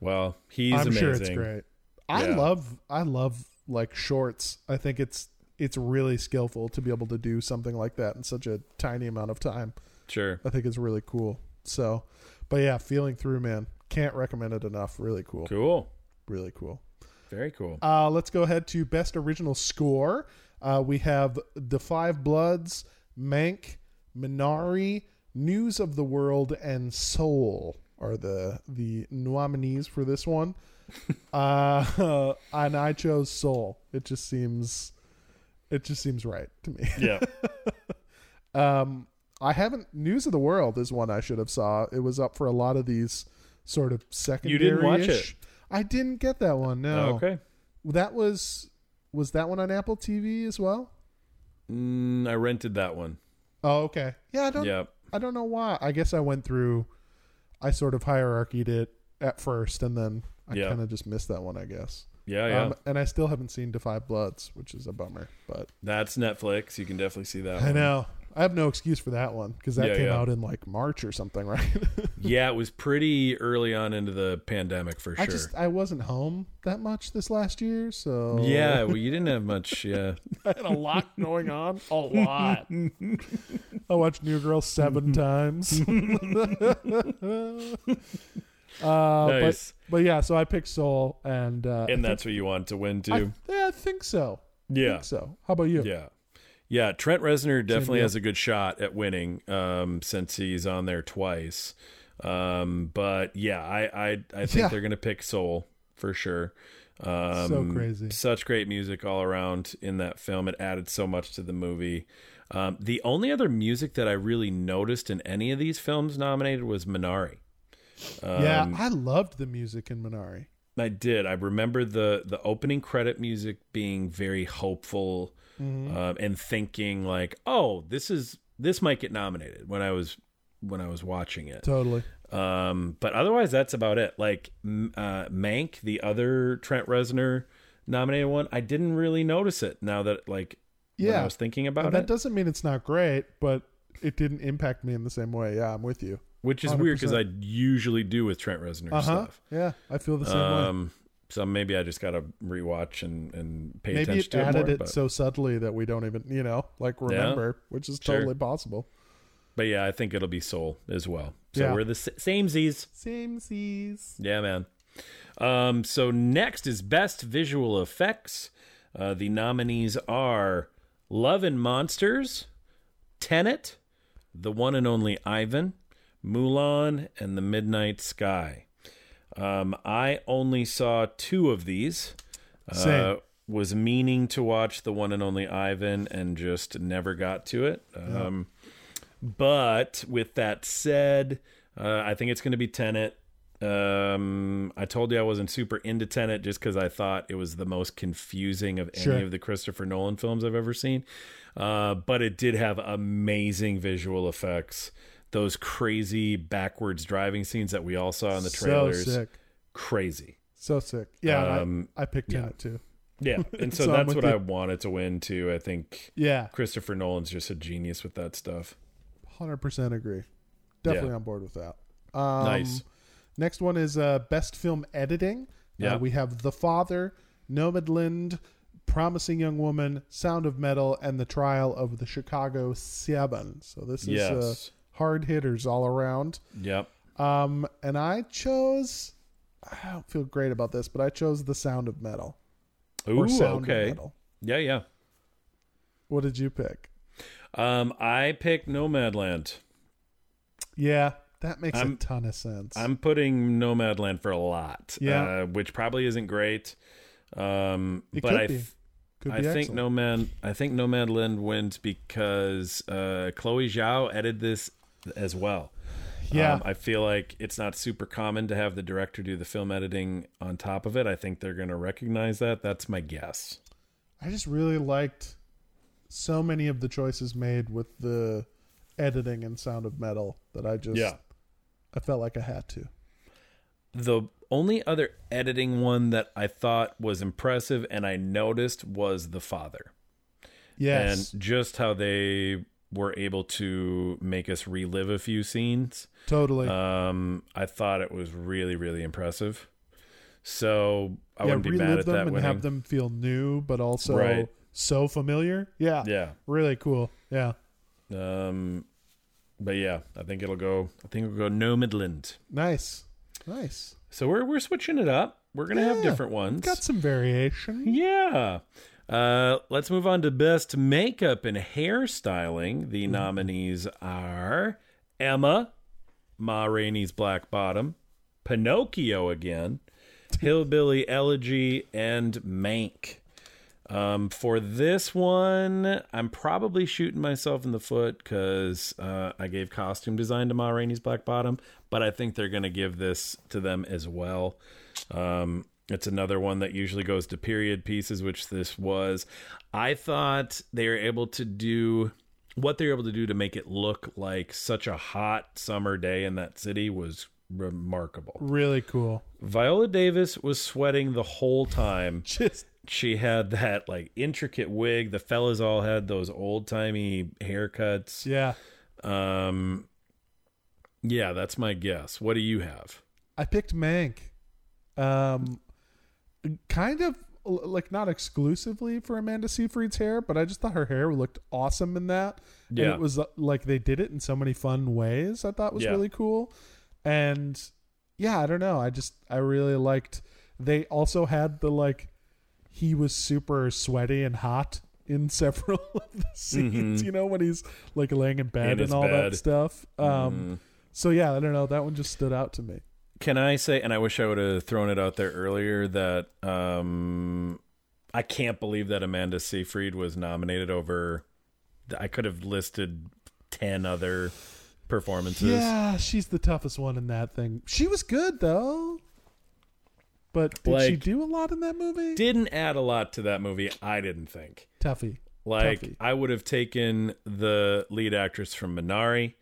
well, he's
I'm
amazing.
sure it's great. I
Yeah.
love I love like shorts. I think it's it's really skillful to be able to do something like that in such a tiny amount of time.
Sure.
I think it's really cool. So, but yeah, feeling through, man, can't recommend it enough. Really cool.
Cool.
Really cool.
Very cool.
Uh, let's go ahead to best original score. Uh, we have The Five Bloods, Mank, Minari, News of the World, and Soul are the the nominees for
*laughs*
this one. uh, *laughs* and I chose Soul. It just seems, it just seems right to me. *laughs*
yeah.
Um, I haven't. News of the World is one I should have saw. It was up for a lot of these sort of secondary.
didn't watch it?
I didn't get that one. No.
Okay.
That was was that one on Apple TV as well?
Mm, I rented that one.
Oh, okay. Yeah, I don't
Yeah.
I don't know why. I guess I went through I sort of hierarchied it at first and then I
Yeah. Oh,
kind of just missed that one, I guess.
Yeah. Yeah.
Um, and I still haven't seen Defy Bloods, which is a bummer, but
that's Netflix. You can definitely see that.
I
one.
know. I have no excuse for that one because that
Yeah,
came
yeah.
out in like March or something, *laughs* right?
Yeah, it was pretty early on into the pandemic for sure.
I just I wasn't home that much this last year, so
yeah. Well, you didn't have much.
*laughs*
Yeah.
I had a lot going on. A lot. I watched New
*laughs*
Girl seven times. *laughs* Uh,
Nice.
but, but yeah, so I picked Soul, and uh,
and that's what you want to win
I,
too.
yeah, I think so. I
yeah.
think so. How about you?
Yeah. Yeah, Trent Reznor definitely
deal.
has a good shot at winning um, since he's on there twice. Um, but yeah, I I, I think
Yeah.
they're gonna pick Soul for sure. Um,
crazy.
Such great music all around in that film. It added so much to the movie. Um, the only other music that I really noticed in any of these films nominated was Minari.
Yeah,
um,
I loved the music in Minari.
I did. I remember the the opening credit music being very hopeful
Mm-hmm.
um, and thinking like, "Oh, this is this might get nominated." When I was when I was watching it,
Totally.
um, but otherwise, that's about it. Like m- uh, Mank, the other Trent Reznor nominated one, I didn't really notice it. Now that like when
Yeah.
I was thinking
And
about
that
it,
doesn't mean it's not great, but it didn't impact me in the same way. Yeah, I'm with you.
which is weird because I usually do with Trent Reznor
Uh huh.
stuff.
Yeah, I feel the same way.
Um, so maybe I just gotta rewatch and and pay
Maybe
attention
it
to it
added
more.
it
but-
so subtly that we don't even, you know, like remember, which is
Sure.
totally possible.
But yeah, I think it'll be Soul as well. So
Yeah.
we're the s- same Z's.
Same seas.
Yeah, man. Um, so next is Best Visual Effects. Uh, the nominees are Love and Monsters, Tenet, The One and Only Ivan, Mulan, and The Midnight Sky. Um, I only saw two of these. Uh,
Same.
was meaning to watch The One and Only Ivan and just never got to it. Um, but with that said, uh, I think it's going to be Tenet. Um, I told you I wasn't super into Tenet just because I thought it was the most confusing of
Sure.
any of the Christopher Nolan films I've ever seen. Uh, but it did have amazing visual effects. Those crazy backwards driving scenes that we all saw in the
So
trailers.
sick.
Crazy.
So sick. Yeah, and I-
Um,
I, picked Tenet too. *laughs*
Yeah, and so,
So I'm
that's what
with you.
I wanted to win too. I think
Yeah,
Christopher Nolan's just a genius with that stuff.
hundred percent agree. Definitely
Yeah.
on board with that. Um,
Nice.
Next one is uh, best film editing.
Yeah.
Uh, we have The Father, Nomadland, Promising Young Woman, Sound of Metal, and The Trial of the Chicago Seven. So this is uh,
Yes.
hard hitters all around.
Yep.
Um, and I chose. I don't feel great about this, but I chose The Sound of Metal.
Ooh,
Sound of
okay.
Metal.
Yeah, yeah.
What did you pick?
Um, I picked Nomadland.
Yeah, that makes a
I'm-
ton of sense.
I'm putting Nomadland for a lot.
Yeah.
uh, which probably isn't great. Um,
It
but
could
I
be.
th-
Could
I
be
think
excellent.
Nomad I think Nomadland wins because uh, Chloe Zhao edited this as well.
Yeah.
Um, I feel like it's not super common to have the director do the film editing on top of it. I think they're going to recognize that. That's my guess.
I just really liked so many of the choices made with the editing and sound of metal that I just
Yeah.
I felt like I had to.
The only other editing one that I thought was impressive and I noticed was The Father.
Yes,
And just how they were able to make us relive a few scenes.
totally.
Um, I thought it was really, really impressive. So I
yeah,
wouldn't be mad
relive
at
them
that
and
winning.
have them feel new, but also
Right.
so familiar. Yeah,
Yeah.
really cool. Yeah,
Um, but yeah, I think it'll go. I think it'll go no Midland.
nice, nice.
So we're we're switching it up. We're gonna have
Yeah.
different ones.
Got some variation.
yeah. Uh, let's move on to best makeup and hairstyling. The nominees are Emma, Ma Rainey's Black Bottom, Pinocchio again, *laughs* Hillbilly Elegy, and Mank. Um, for this one, I'm probably shooting myself in the foot because uh, I gave costume design to Ma Rainey's Black Bottom, but I think they're going to give this to them as well. Um, it's another one that usually goes to period pieces, which this was. I thought they were able to do what they were able to do to make it look like such a hot summer day in that city was remarkable.
Really cool.
Viola Davis was sweating the whole time
Just
she had that like intricate wig. The fellas all had those old timey haircuts.
yeah.
Um, yeah, that's my guess. What do you have?
I picked Mank. Um, kind of l- like not exclusively for Amanda Seyfried's hair, but I just thought her hair looked awesome in that. And
Yeah.
it was uh, like they did it in so many fun ways. I thought was
Yeah.
really cool. And yeah, I don't know. I just I really liked. They also had the like he was super sweaty and hot in *laughs* several of the scenes. You know when he's like laying in bed
Mm-hmm. In his
and all
bed. Mm-hmm.
that stuff. Um, So yeah, I don't know. That one just stood out to me.
Can I say? And I wish I would have thrown it out there earlier that um, I can't believe that Amanda Seyfried was nominated over. I could have listed ten other performances.
Yeah, she's the toughest one in that thing. She was good though. But did she
Like-
do a lot in that movie?
Didn't add a lot to that movie. I didn't think.
Tuffy.
Like
Tuffy.
I would have taken the lead actress from Minari.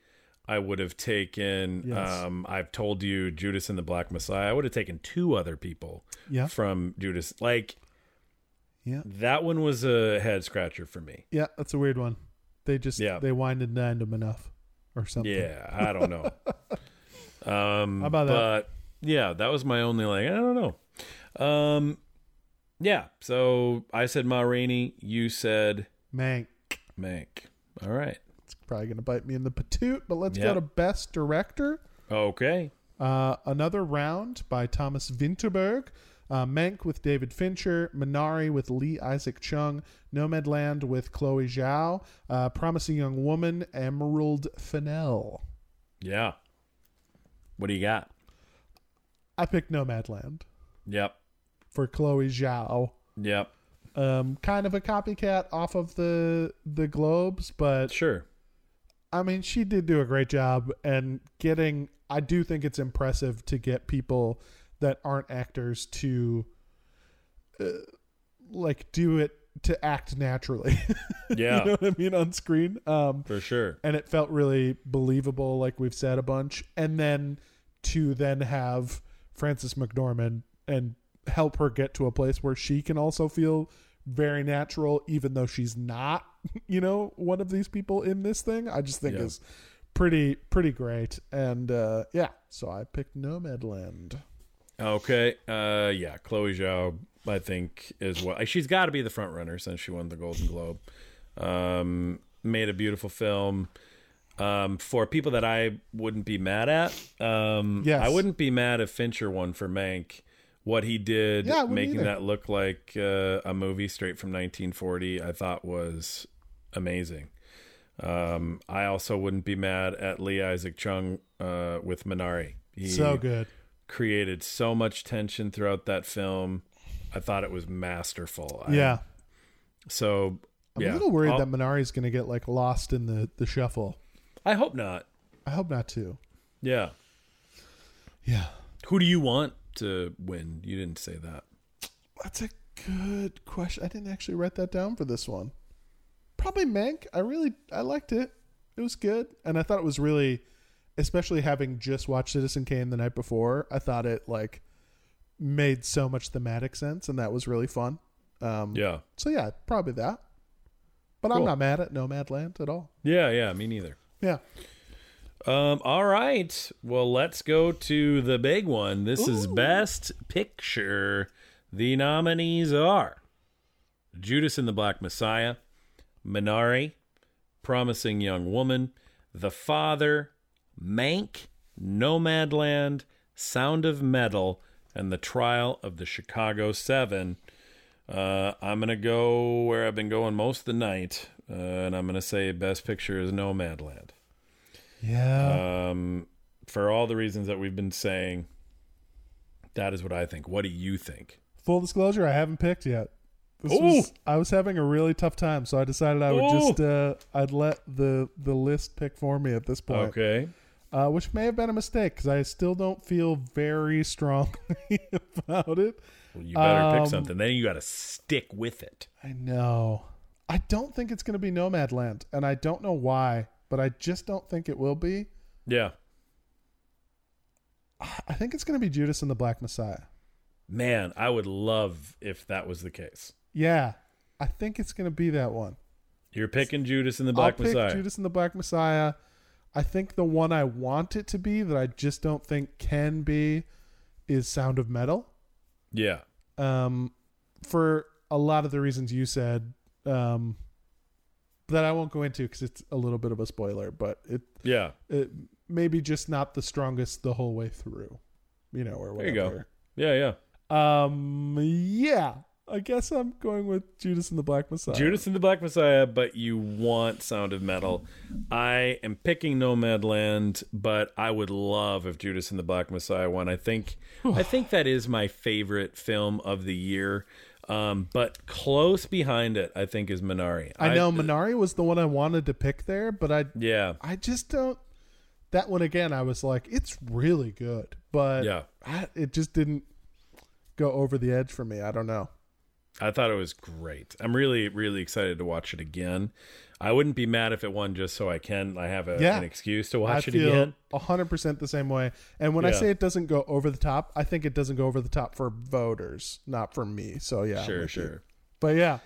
I would have taken
Yes.
um I've told you Judas and the Black Messiah. I would have taken two other people
Yeah.
from Judas. Like
Yeah.
that one was a head scratcher for me.
Yeah, that's a weird one. They just
Yeah.
they wind and dined him enough or something.
Yeah, I don't
*laughs*
know. um
How about that?
but yeah, that was my only like I don't know. Um yeah, so I said Ma Rainey, you said
Mank.
Mank. All right.
It's probably gonna bite me in the patoot, but let's
Yeah.
go to best director.
Okay.
Uh, another round by Thomas Vinterberg. Uh, Mank with David Fincher, Minari with Lee Isaac Chung, Nomadland with Chloe Zhao, uh, Promising Young Woman, Emerald Fennell.
Yeah. What do you got?
I picked Nomadland
Yep.
for Chloe Zhao.
Yep.
Um, kind of a copycat off of the the Globes, but
Sure.
I mean, she did do a great job. And getting, I do think it's impressive to get people that aren't actors to uh, like do it to act naturally. *laughs*
Yeah.
*laughs* you know what I mean on screen. Um,
For sure.
and it felt really believable, like we've said a bunch. And then to then have Francis McDormand and help her get to a place where she can also feel very natural, even though she's not, *laughs* you know, one of these people in this thing. I just think
Yeah.
is pretty pretty great. And uh, yeah, so I picked Nomadland.
Okay. Uh, yeah, Chloe Zhao, I think, is what uh, she's got to be the front runner since she won the Golden Globe. Um, made a beautiful film. Um, for people that I wouldn't be mad at, um,
Yes.
I wouldn't be mad if Fincher won for Mank. What he did,
Yeah, I wouldn't
making
either.
that look like uh, a movie straight from 1940, I thought was amazing. Um, I also wouldn't be mad at Lee Isaac Chung uh, with Minari. He,
So good.
created so much tension throughout that film. I thought it was masterful. I-
Yeah.
so
I'm
yeah.
a little worried
I'll-
that Minari's going to get like lost in the the shuffle.
I hope not.
I hope not too.
Yeah.
Yeah.
Who do you want to win? You didn't say that.
That's a good question. I didn't actually write that down for this one. Probably Mank. I really I liked it. It was good, and I thought it was really, especially having just watched Citizen Kane the night before. I thought it like made so much thematic sense, and that was really fun. Um,
Yeah.
So yeah, probably that. But I'm
Cool.
not mad at Nomadland at all.
Yeah, yeah, me neither.
Yeah.
Um all right. Well, let's go to the big one. This is best picture. The nominees are Judas and the Black Messiah, Minari, Promising Young Woman, The Father, Mank, Nomadland, Sound of Metal, and The Trial of the Chicago Seven. Uh, I'm going to go where I've been going most of the night, uh, and I'm going to say Best Picture is Nomadland.
Yeah.
Um, for all the reasons that we've been saying, that is what I think. What do you think?
Full disclosure, I haven't picked yet. This
Ooh.
was, I was having a really tough time, so I decided I would
Ooh.
just uh, I'd let the the list pick for me at this point.
Okay.
uh, which may have been a mistake because I still don't feel very strongly *laughs* about it.
Well, you better
Um,
pick something. Then you got to stick with it.
I know. I don't think it's going to be Nomadland, and I don't know why, but I just don't think it will be.
Yeah.
I think it's going to be Judas and the Black Messiah.
Man, I would love if that was the case.
Yeah, I think it's going to be that one.
You're picking Judas and the Black
I'll pick
Messiah.
Judas and the Black Messiah. I think the one I want it to be that I just don't think can be is Sound of Metal.
Yeah.
um, for a lot of the reasons you said um, that I won't go into because it's a little bit of a spoiler, but it,
Yeah.
it maybe just not the strongest the whole way through, you know, or
There you
whatever.
go. Yeah, yeah.
Um, yeah, I guess I'm going with Judas and the Black Messiah.
Judas and the Black Messiah, but you want Sound of Metal. I am picking Nomadland, but I would love if Judas and the Black Messiah won. I think
*sighs*
I think that is my favorite film of the year. Um, but close behind it, I think, is Minari.
I know Minari was the one I wanted to pick there, but I,
yeah,
I just don't. That one again, I was like, it's really good, but
Yeah.
I, it just didn't go over the edge for me. I don't know.
I thought it was great. I'm really, really excited to watch it again. I wouldn't be mad if it won, just so I can. I have a,
Yeah.
an excuse to watch
I
it
feel
again.
100% the same way. And when I
Yeah.
say it doesn't go over the top, I think it doesn't go over the top for voters, not for me. So yeah. I'm
Sure,
with you.
sure.
But yeah,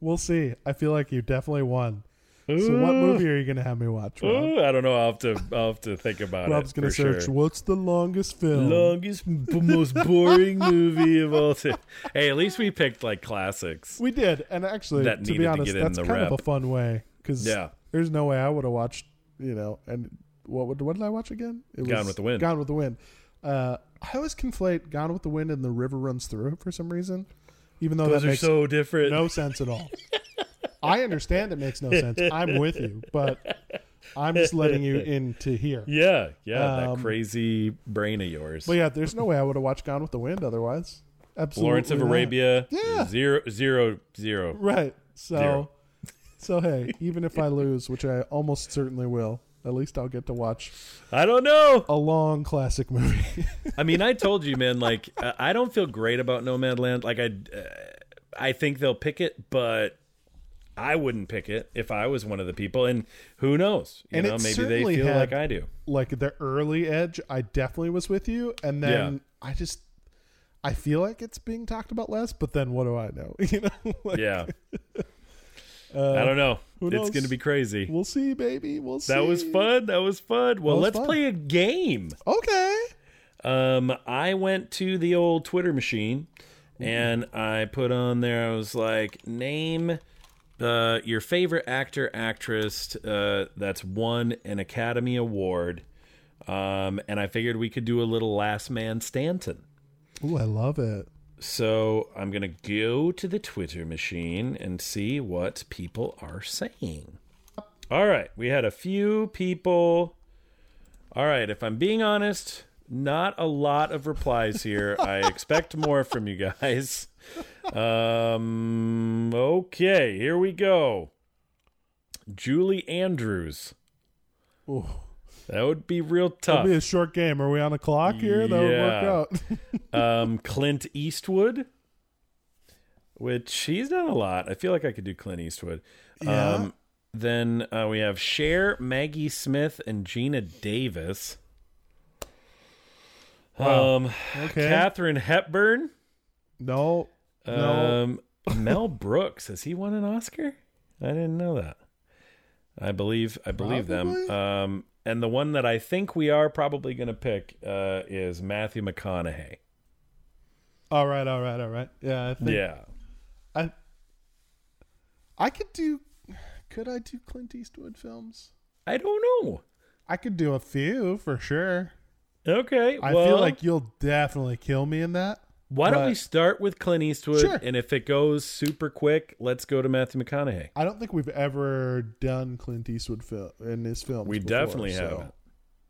we'll see. I feel like you definitely won. So what movie are you going to have me watch, Rob?
Ooh, I don't know. I'll have to. I'll have to think about it.
Rob's going to
for sure.
search what's the longest film?
longest, b- most boring movie of all time. Hey, at least we picked like classics.
We did. And actually,
That
to
needed
be
to
honest,
get in
that's
the
kind of
rep.
a fun way cuz
Yeah.
there's no way I would have watched, you know, and what would- what did I watch again? It
Gone with the Wind.
Gone with the Wind. Uh, I always conflate Gone with the Wind and The River Runs Through It for some reason, even though
Those
that
are
makes
so different.
no sense at all. I understand it makes no sense. I'm with you, but I'm just letting you into here.
*laughs* Yeah, yeah,
Um,
that crazy brain of yours.
But yeah, there's no way I would have watched Gone with the Wind otherwise. Absolutely.
Lawrence of
not.
Arabia.
Yeah.
Zero, zero, zero.
Right. So
Zero.
so hey, even if I lose, which I almost certainly will, at least I'll get to watch
I don't know.
a long classic movie. *laughs*
I mean, I told you, man. Like, I I don't feel great about Nomadland. Like, I, uh, I think they'll pick it, but I wouldn't pick it if I was one of the people. And who knows? You
And it
know, maybe they
certainly
feel
had-
like I do.
like the early edge, I definitely was with you, and then I just I feel like it's being talked about less, but then what do I know? *laughs* You know, like, *laughs*
Yeah. I don't know.
Uh, who
It's
knows?
going to be crazy.
We'll see, baby. We'll see.
that was fun. That was fun. Well,
was
let's
fun.
play a game.
Okay.
Um, I went to the old Twitter machine and I put on there, I was like, name uh, your favorite actor, actress uh, that's won an Academy Award. Um, and I figured we could do a little Last Man Stanton.
Ooh, I love it.
So I'm going to go to the Twitter machine and see what people are saying. All right. We had a few people. All right. If I'm being honest, not a lot of replies here. I expect more from you guys. Um, okay. Here we go. Julie Andrews.
Ooh.
That would be real tough.
It'll be a short game. Are we on a clock here? That would work
Yeah.
out. *laughs*
um, Clint Eastwood, which he's done a lot. I feel like I could do Clint Eastwood.
Yeah.
Um, then uh, we have Cher, Maggie Smith, and Gina Davis. Um,
okay.
Catherine Hepburn.
no. No.
Um, Mel Brooks has he won an Oscar? I didn't know that. I believe I believe them.
Probably.
Um, and the one that I think we are probably going to pick uh, is Matthew McConaughey.
all right. All right. All right. Yeah. I think
Yeah.
I. I could do. Could I do Clint Eastwood films?
I don't know.
I could do a few for sure.
Okay.
I
well,
feel like you'll definitely kill me in that.
why don't
but-
we start with Clint Eastwood,
Sure.
and if it goes super quick, let's go to Matthew McConaughey.
I don't think we've ever done Clint Eastwood film in this film.
We definitely haven't.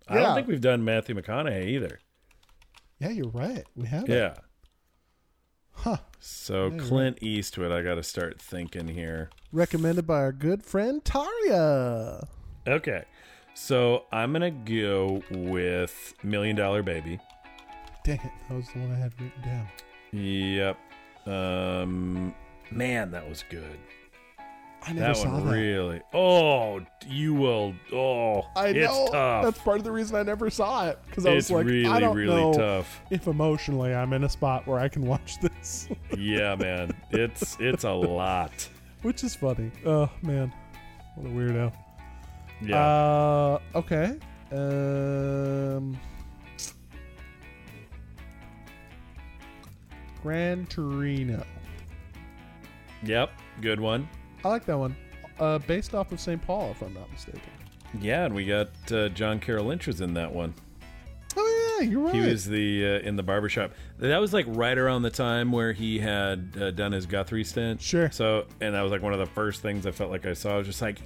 I don't
Yeah.
think we've done Matthew McConaughey either.
Yeah, you're right. We haven't.
Yeah.
Huh.
So Clint Eastwood, I got to start thinking here.
Recommended by our good friend Taria.
Okay. So I'm gonna go with Million Dollar Baby.
Dang it, that was the one I had written down.
Yep. Um. Man, that was good.
I never
That
saw
one
that.
really. Oh, you will. Oh,
I
it's
know
tough.
that's part of the reason I never saw it because I
it's
was like,
really,
I don't
really
know
tough.
if emotionally I'm in a spot where I can watch this, *laughs*
yeah, man. It's it's a lot.
which is funny. Oh man, what a weirdo.
Yeah.
Uh, okay. Um, Gran Torino.
yep. Good one.
I like that one. Uh, based off of St. Paul, if I'm not mistaken.
Yeah, and we got uh, John Carroll Lynch was in that one.
Oh yeah, you're right.
He was the uh, in the barbershop. That was like right around the time where he had uh, done his Guthrie stint.
Sure.
So, and that was like one of the first things I felt like I saw. I was just like,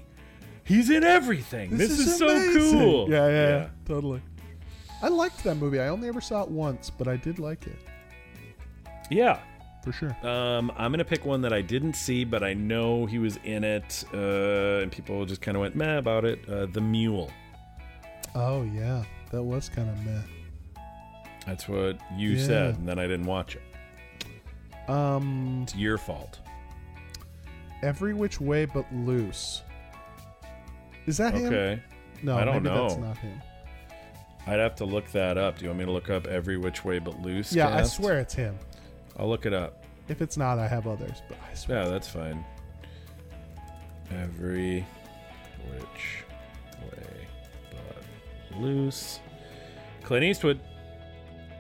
he's in everything. This, is, so
amazing.
cool.
Yeah, yeah, yeah, totally. I liked that movie. I only ever saw it once, but I did like it
Yeah.
for sure.
Um, I'm gonna pick one that I didn't see, but I know he was in it, uh, and people just kind of went meh about it. Uh, the Mule.
Oh yeah, that was kind of meh.
That's what you
Yeah.
said, and then I didn't watch it.
Um,
It's your fault.
every which way but loose. Is that him?
Okay.
No,
I don't
maybe that's
know.
not him.
I'd have to look that up. Do you want me to look up every which way but loose?
Yeah, I
cast?
swear it's him.
I'll look it up.
If it's not, I have others, but I swear.
Yeah, that's fine. Every which way but loose. Clint Eastwood.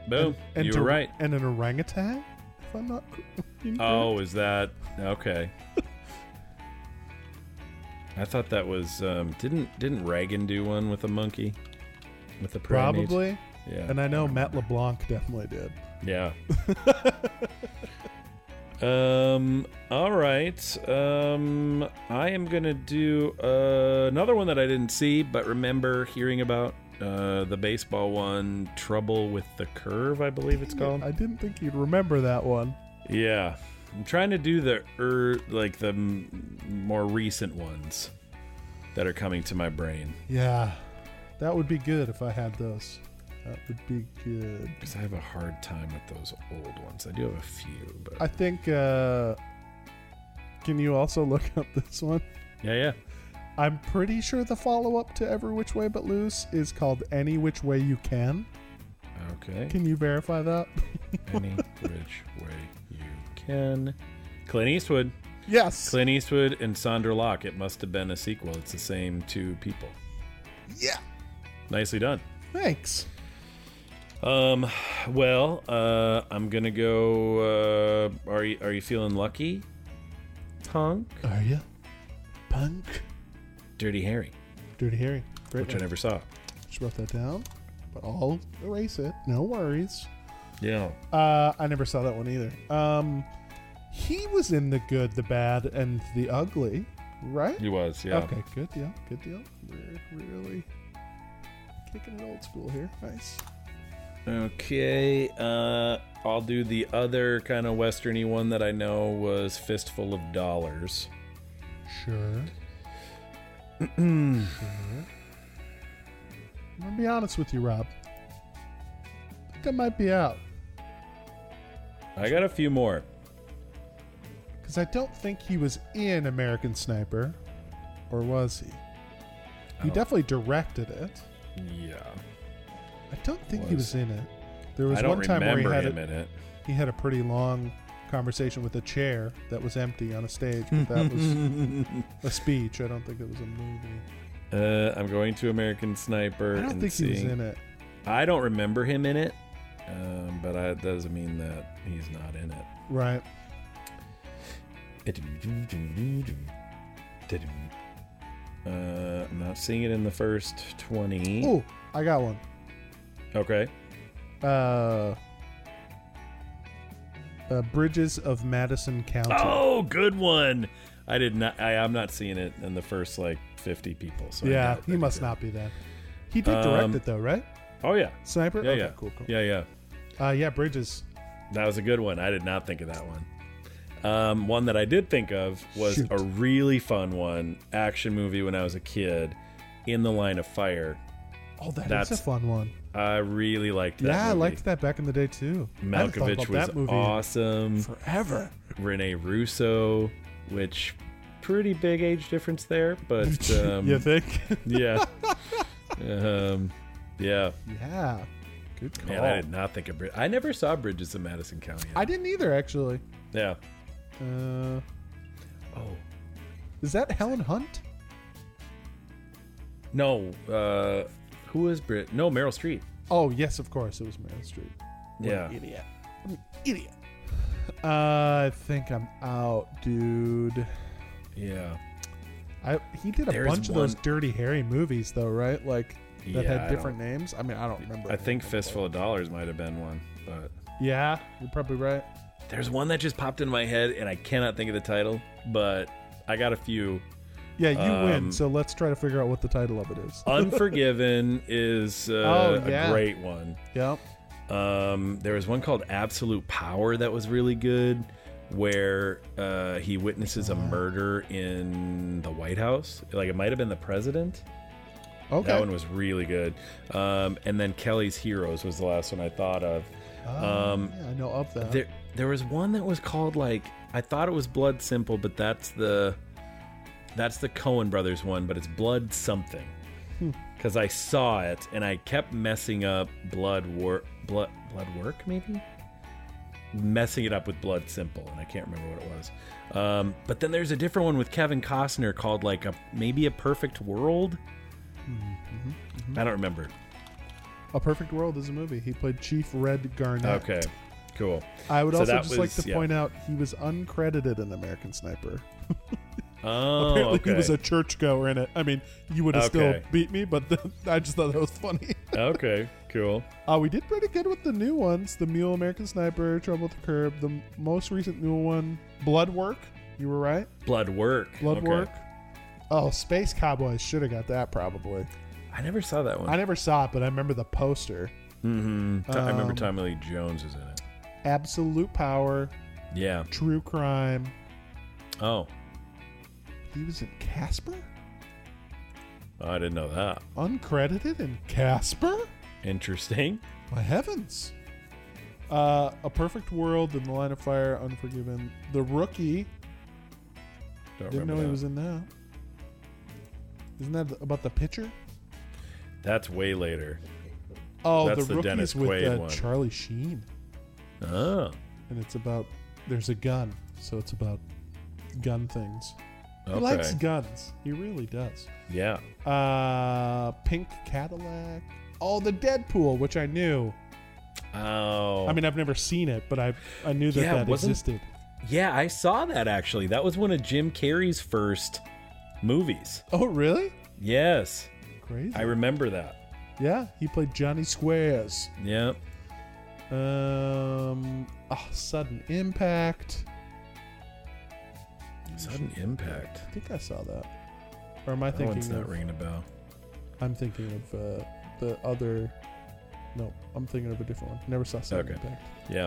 Boom. you were
an-
right.
And an orangutan? If I'm not. *laughs*
Oh, is that okay? I thought that was um, didn't didn't Reagan do one with a monkey, with a pyramid?
Probably.
Yeah.
And I know Matt LeBlanc definitely did. *laughs*
Yeah. um. All right. Um. I am gonna do uh, another one that I didn't see, but remember hearing about uh, the baseball one, "Trouble with the Curve," I believe it's called.
I didn't think you'd remember that one.
Yeah, I'm trying to do the er, like the m- more recent ones that are coming to my brain
Yeah. That would be good if I had those. That would be good.
because I have a hard time with those old ones. I do have a few, but
I think. uh Can you also look up this one?
yeah, yeah.
I'm pretty sure the follow up to Every Which Way But Loose is called Any Which Way You Can.
Okay.
Can you verify that? *laughs*
Any which way you can. Clint Eastwood.
Yes.
Clint Eastwood and Sandra Locke. It must have been a sequel. It's the same two people.
Yeah.
Nicely done.
Thanks.
Um, well, uh, I'm gonna go. Uh, are you are you feeling lucky? Tonk.
Are you? Punk.
Dirty Harry,
Dirty Harry. Great.
which I
one.
never saw.
Just wrote that down, but I'll erase it. No worries.
Yeah.
Uh, I never saw that one either. Um, he was in the good, the bad, and the ugly, right?
He was. Yeah.
Okay, good deal. Good deal. We're really kicking it old school here. Nice.
Okay, uh, I'll do the other kind of westerny one that I know was Fistful of Dollars. *clears throat*
Sure. sure. I'm gonna be honest with you, Rob. I think I might be out
I got a few more.
because I don't think he was in American Sniper, or was he? He
don't-
definitely directed it.
Yeah,
I don't think he
Was.
was in it. There was
I don't
one time where he
remember
had
him
a,
in it.
he had a pretty long conversation with a chair that was empty on a stage, but *laughs*
*laughs*
that was a speech. I don't think it was a movie.
*laughs* Uh, I'm going to American Sniper.
I don't
and
think he
seeing...
was in it.
I don't remember him in it, um, but I, that doesn't mean that he's not in it.
Right.
Uh, I'm not seeing it in the first 20.
Oh, I got one.
Okay.
Uh, uh, Bridges of Madison County.
Oh, good one. I did not. I, I'm not seeing it in the first like 50 people. So I
yeah,
doubt
he
that
must
did.
not be that. He did direct
Um,
it though, right?
Oh yeah,
Sniper.
yeah,
okay,
yeah,
cool, cool.
yeah, yeah.
Uh, yeah, Bridges.
That was a good one. I did not think of that one. Um, one that I did think of was
Shoot.
a really fun one action movie when I was a kid, In the Line of Fire.
Oh, that is
That's-
a fun one.
I really liked that.
yeah, I
movie.
liked that back in the day too. I haven't thought
Malkovich
about
was
that movie
awesome.
forever.
Rene Russo, which pretty big age difference there,
*laughs*
but um,
you think? *laughs*
yeah, um, yeah.
yeah. Good call.
Man, I did not think of Brid- I never saw Bridges in Madison County.
Oh. I didn't either, actually.
yeah.
Uh,
Oh
is that Helen Hunt?
no. Uh, who is Brit? No, Meryl Streep.
Oh, yes, of course. It was Meryl Streep.
Yeah.
Idiot. I'm an idiot. Uh, I think I'm out, dude.
Yeah.
I he did a
There's
bunch of those
one-
Dirty Harry movies, though, right? Like that
Yeah, I
had different names. I mean, I don't remember.
I think
anything,
Fistful of Dollars might have been one, but
but- Yeah, you're probably right.
there's one that just popped in my head and I cannot think of the title, but I got a
*laughs*
few.
Yeah, you
Um, uh,
win. So let's try to figure out what the title of it is.
Unforgiven is uh,
Oh, yeah.
a great one.
yep.
Um, there was one called Absolute Power that was really good, where uh, he witnesses a murder in the White House. Like it might have been the president.
Okay.
That one was really good. Um, and then Kelly's Heroes was the last one I thought of. Um,
yeah, I know of that.
There, there was one that was called like I thought it was Blood Simple, but that's the that's the Cohen Brothers one, but it's Blood something.
Hmm.
Because I saw it and I kept messing up Blood Work, Blood Blood Work maybe, messing it up with Blood Simple, and I can't remember what it was. Um, but then there's a different one with Kevin Costner called like a maybe a Perfect World.
Mm-hmm.
I don't remember.
a Perfect World is a movie. He played Chief Red Garnet.
Okay, cool.
I would
So
also
that
just like
was-
to
yeah.
point out he was uncredited in American Sniper.
Oh,
Apparently
okay.
he was a churchgoer in it. I mean, you would have
Okay.
still beat me, but *laughs* I just thought that was funny. *laughs*
okay, cool.
Uh, we did pretty good with the new ones: the Mule, American Sniper, Trouble at the Curb. The m- most recent new one, Blood Work. You were right,
Blood work.
Blood
Okay.
Work. Oh, Space Cowboys should have got that probably.
I never saw that one.
I never saw it, but I remember the poster.
mm-hmm. I remember
Um,
Tommy Lee Jones was in it.
Absolute Power,
Yeah.
True Crime.
Oh,
He was in Casper,
I didn't know that.
uncredited in Casper.
Interesting. *laughs*
My heavens. Uh, a Perfect World, In the Line of Fire, Unforgiven, The Rookie.
Don't
Didn't
remember
know
that.
he was in that. Isn't that about the pitcher?
That's way later.
Oh,
That's
the
the
rookies
Dennis
with
Quaid
uh,
one.
Charlie Sheen.
Oh.
and it's about there's a gun, so it's about gun things. He
Okay.
likes guns. He really does.
yeah.
Uh, pink Cadillac. Oh, the Deadpool, which I knew.
Oh.
I mean, I've never seen it, but I I knew that
Yeah,
that
wasn't-
existed.
yeah, I saw that actually. That was one of Jim Carrey's first movies.
Oh, really?
Yes.
Crazy.
I remember that.
yeah, he played Johnny Squares.
Yeah.
Um, ah, sudden impact.
Sudden impact.
I think I saw that. Or am I
That one's
thinking?
not
Of,
ringing a bell.
I'm thinking of uh, the other. No, I'm thinking of a different one. Never saw sudden
Okay.
impact.
Yeah.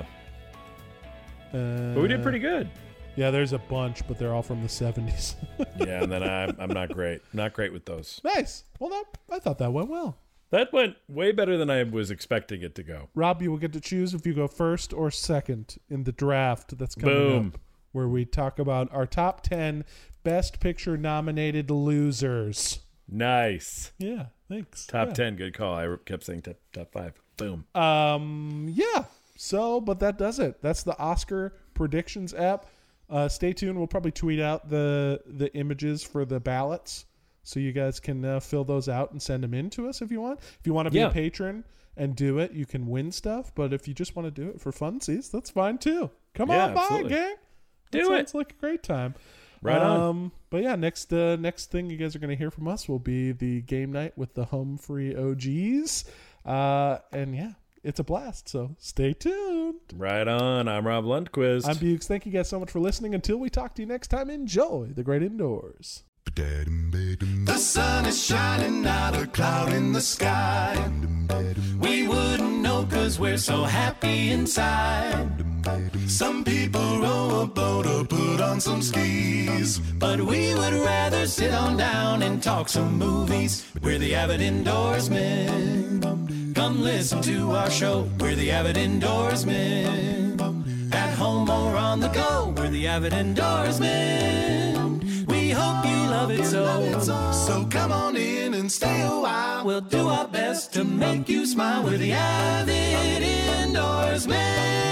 Uh,
But we did pretty good.
*laughs* Yeah, there's a bunch, but they're all from the 70s.
yeah, and then I'm, I'm not great. Not great with those.
*laughs* nice. Well, that, I thought that went well.
That went way better than I was expecting it to go.
Rob, you will get to choose if you go first or second in the draft that's coming
Boom.
up, where we talk about our top 10 Best Picture nominated losers.
Nice.
Yeah, thanks.
Top
Yeah.
10. Good call. I kept saying top, top five. Boom.
Um, yeah. So, but that does it. That's the Oscar predictions app. Uh, stay tuned. We'll probably tweet out the the images for the ballots, so you guys can uh, fill those out and send them in to us if you want. If you want to be
Yeah.
a patron and do it, you can win stuff. But if you just want to do it for funsies, that's fine too. Come
Yeah,
on, by
absolutely.
gang. That
Do
sounds
it.
like a great time.
Right on.
Um, but yeah, next uh, next thing you guys are gonna hear from us will be the game night with the home free OGs, uh, and yeah, it's a blast. So stay tuned.
Right on. I'm Rob Lundquist.
I'm Bukes. Thank you guys so much for listening. Until we talk to you next time, enjoy the great indoors.
The sun is shining, not a cloud in the sky. We wouldn't know cause we're so happy inside. Some people row a boat or put on some skis. But we would rather sit on down and talk some movies. We're the avid indoorsmen. Come listen to our show. We're the avid indoorsmen. At home or on the go, we're the avid indoorsmen. We hope you love it so. So come on in and stay a while. We'll do our best to make you smile. We're the avid indoorsmen.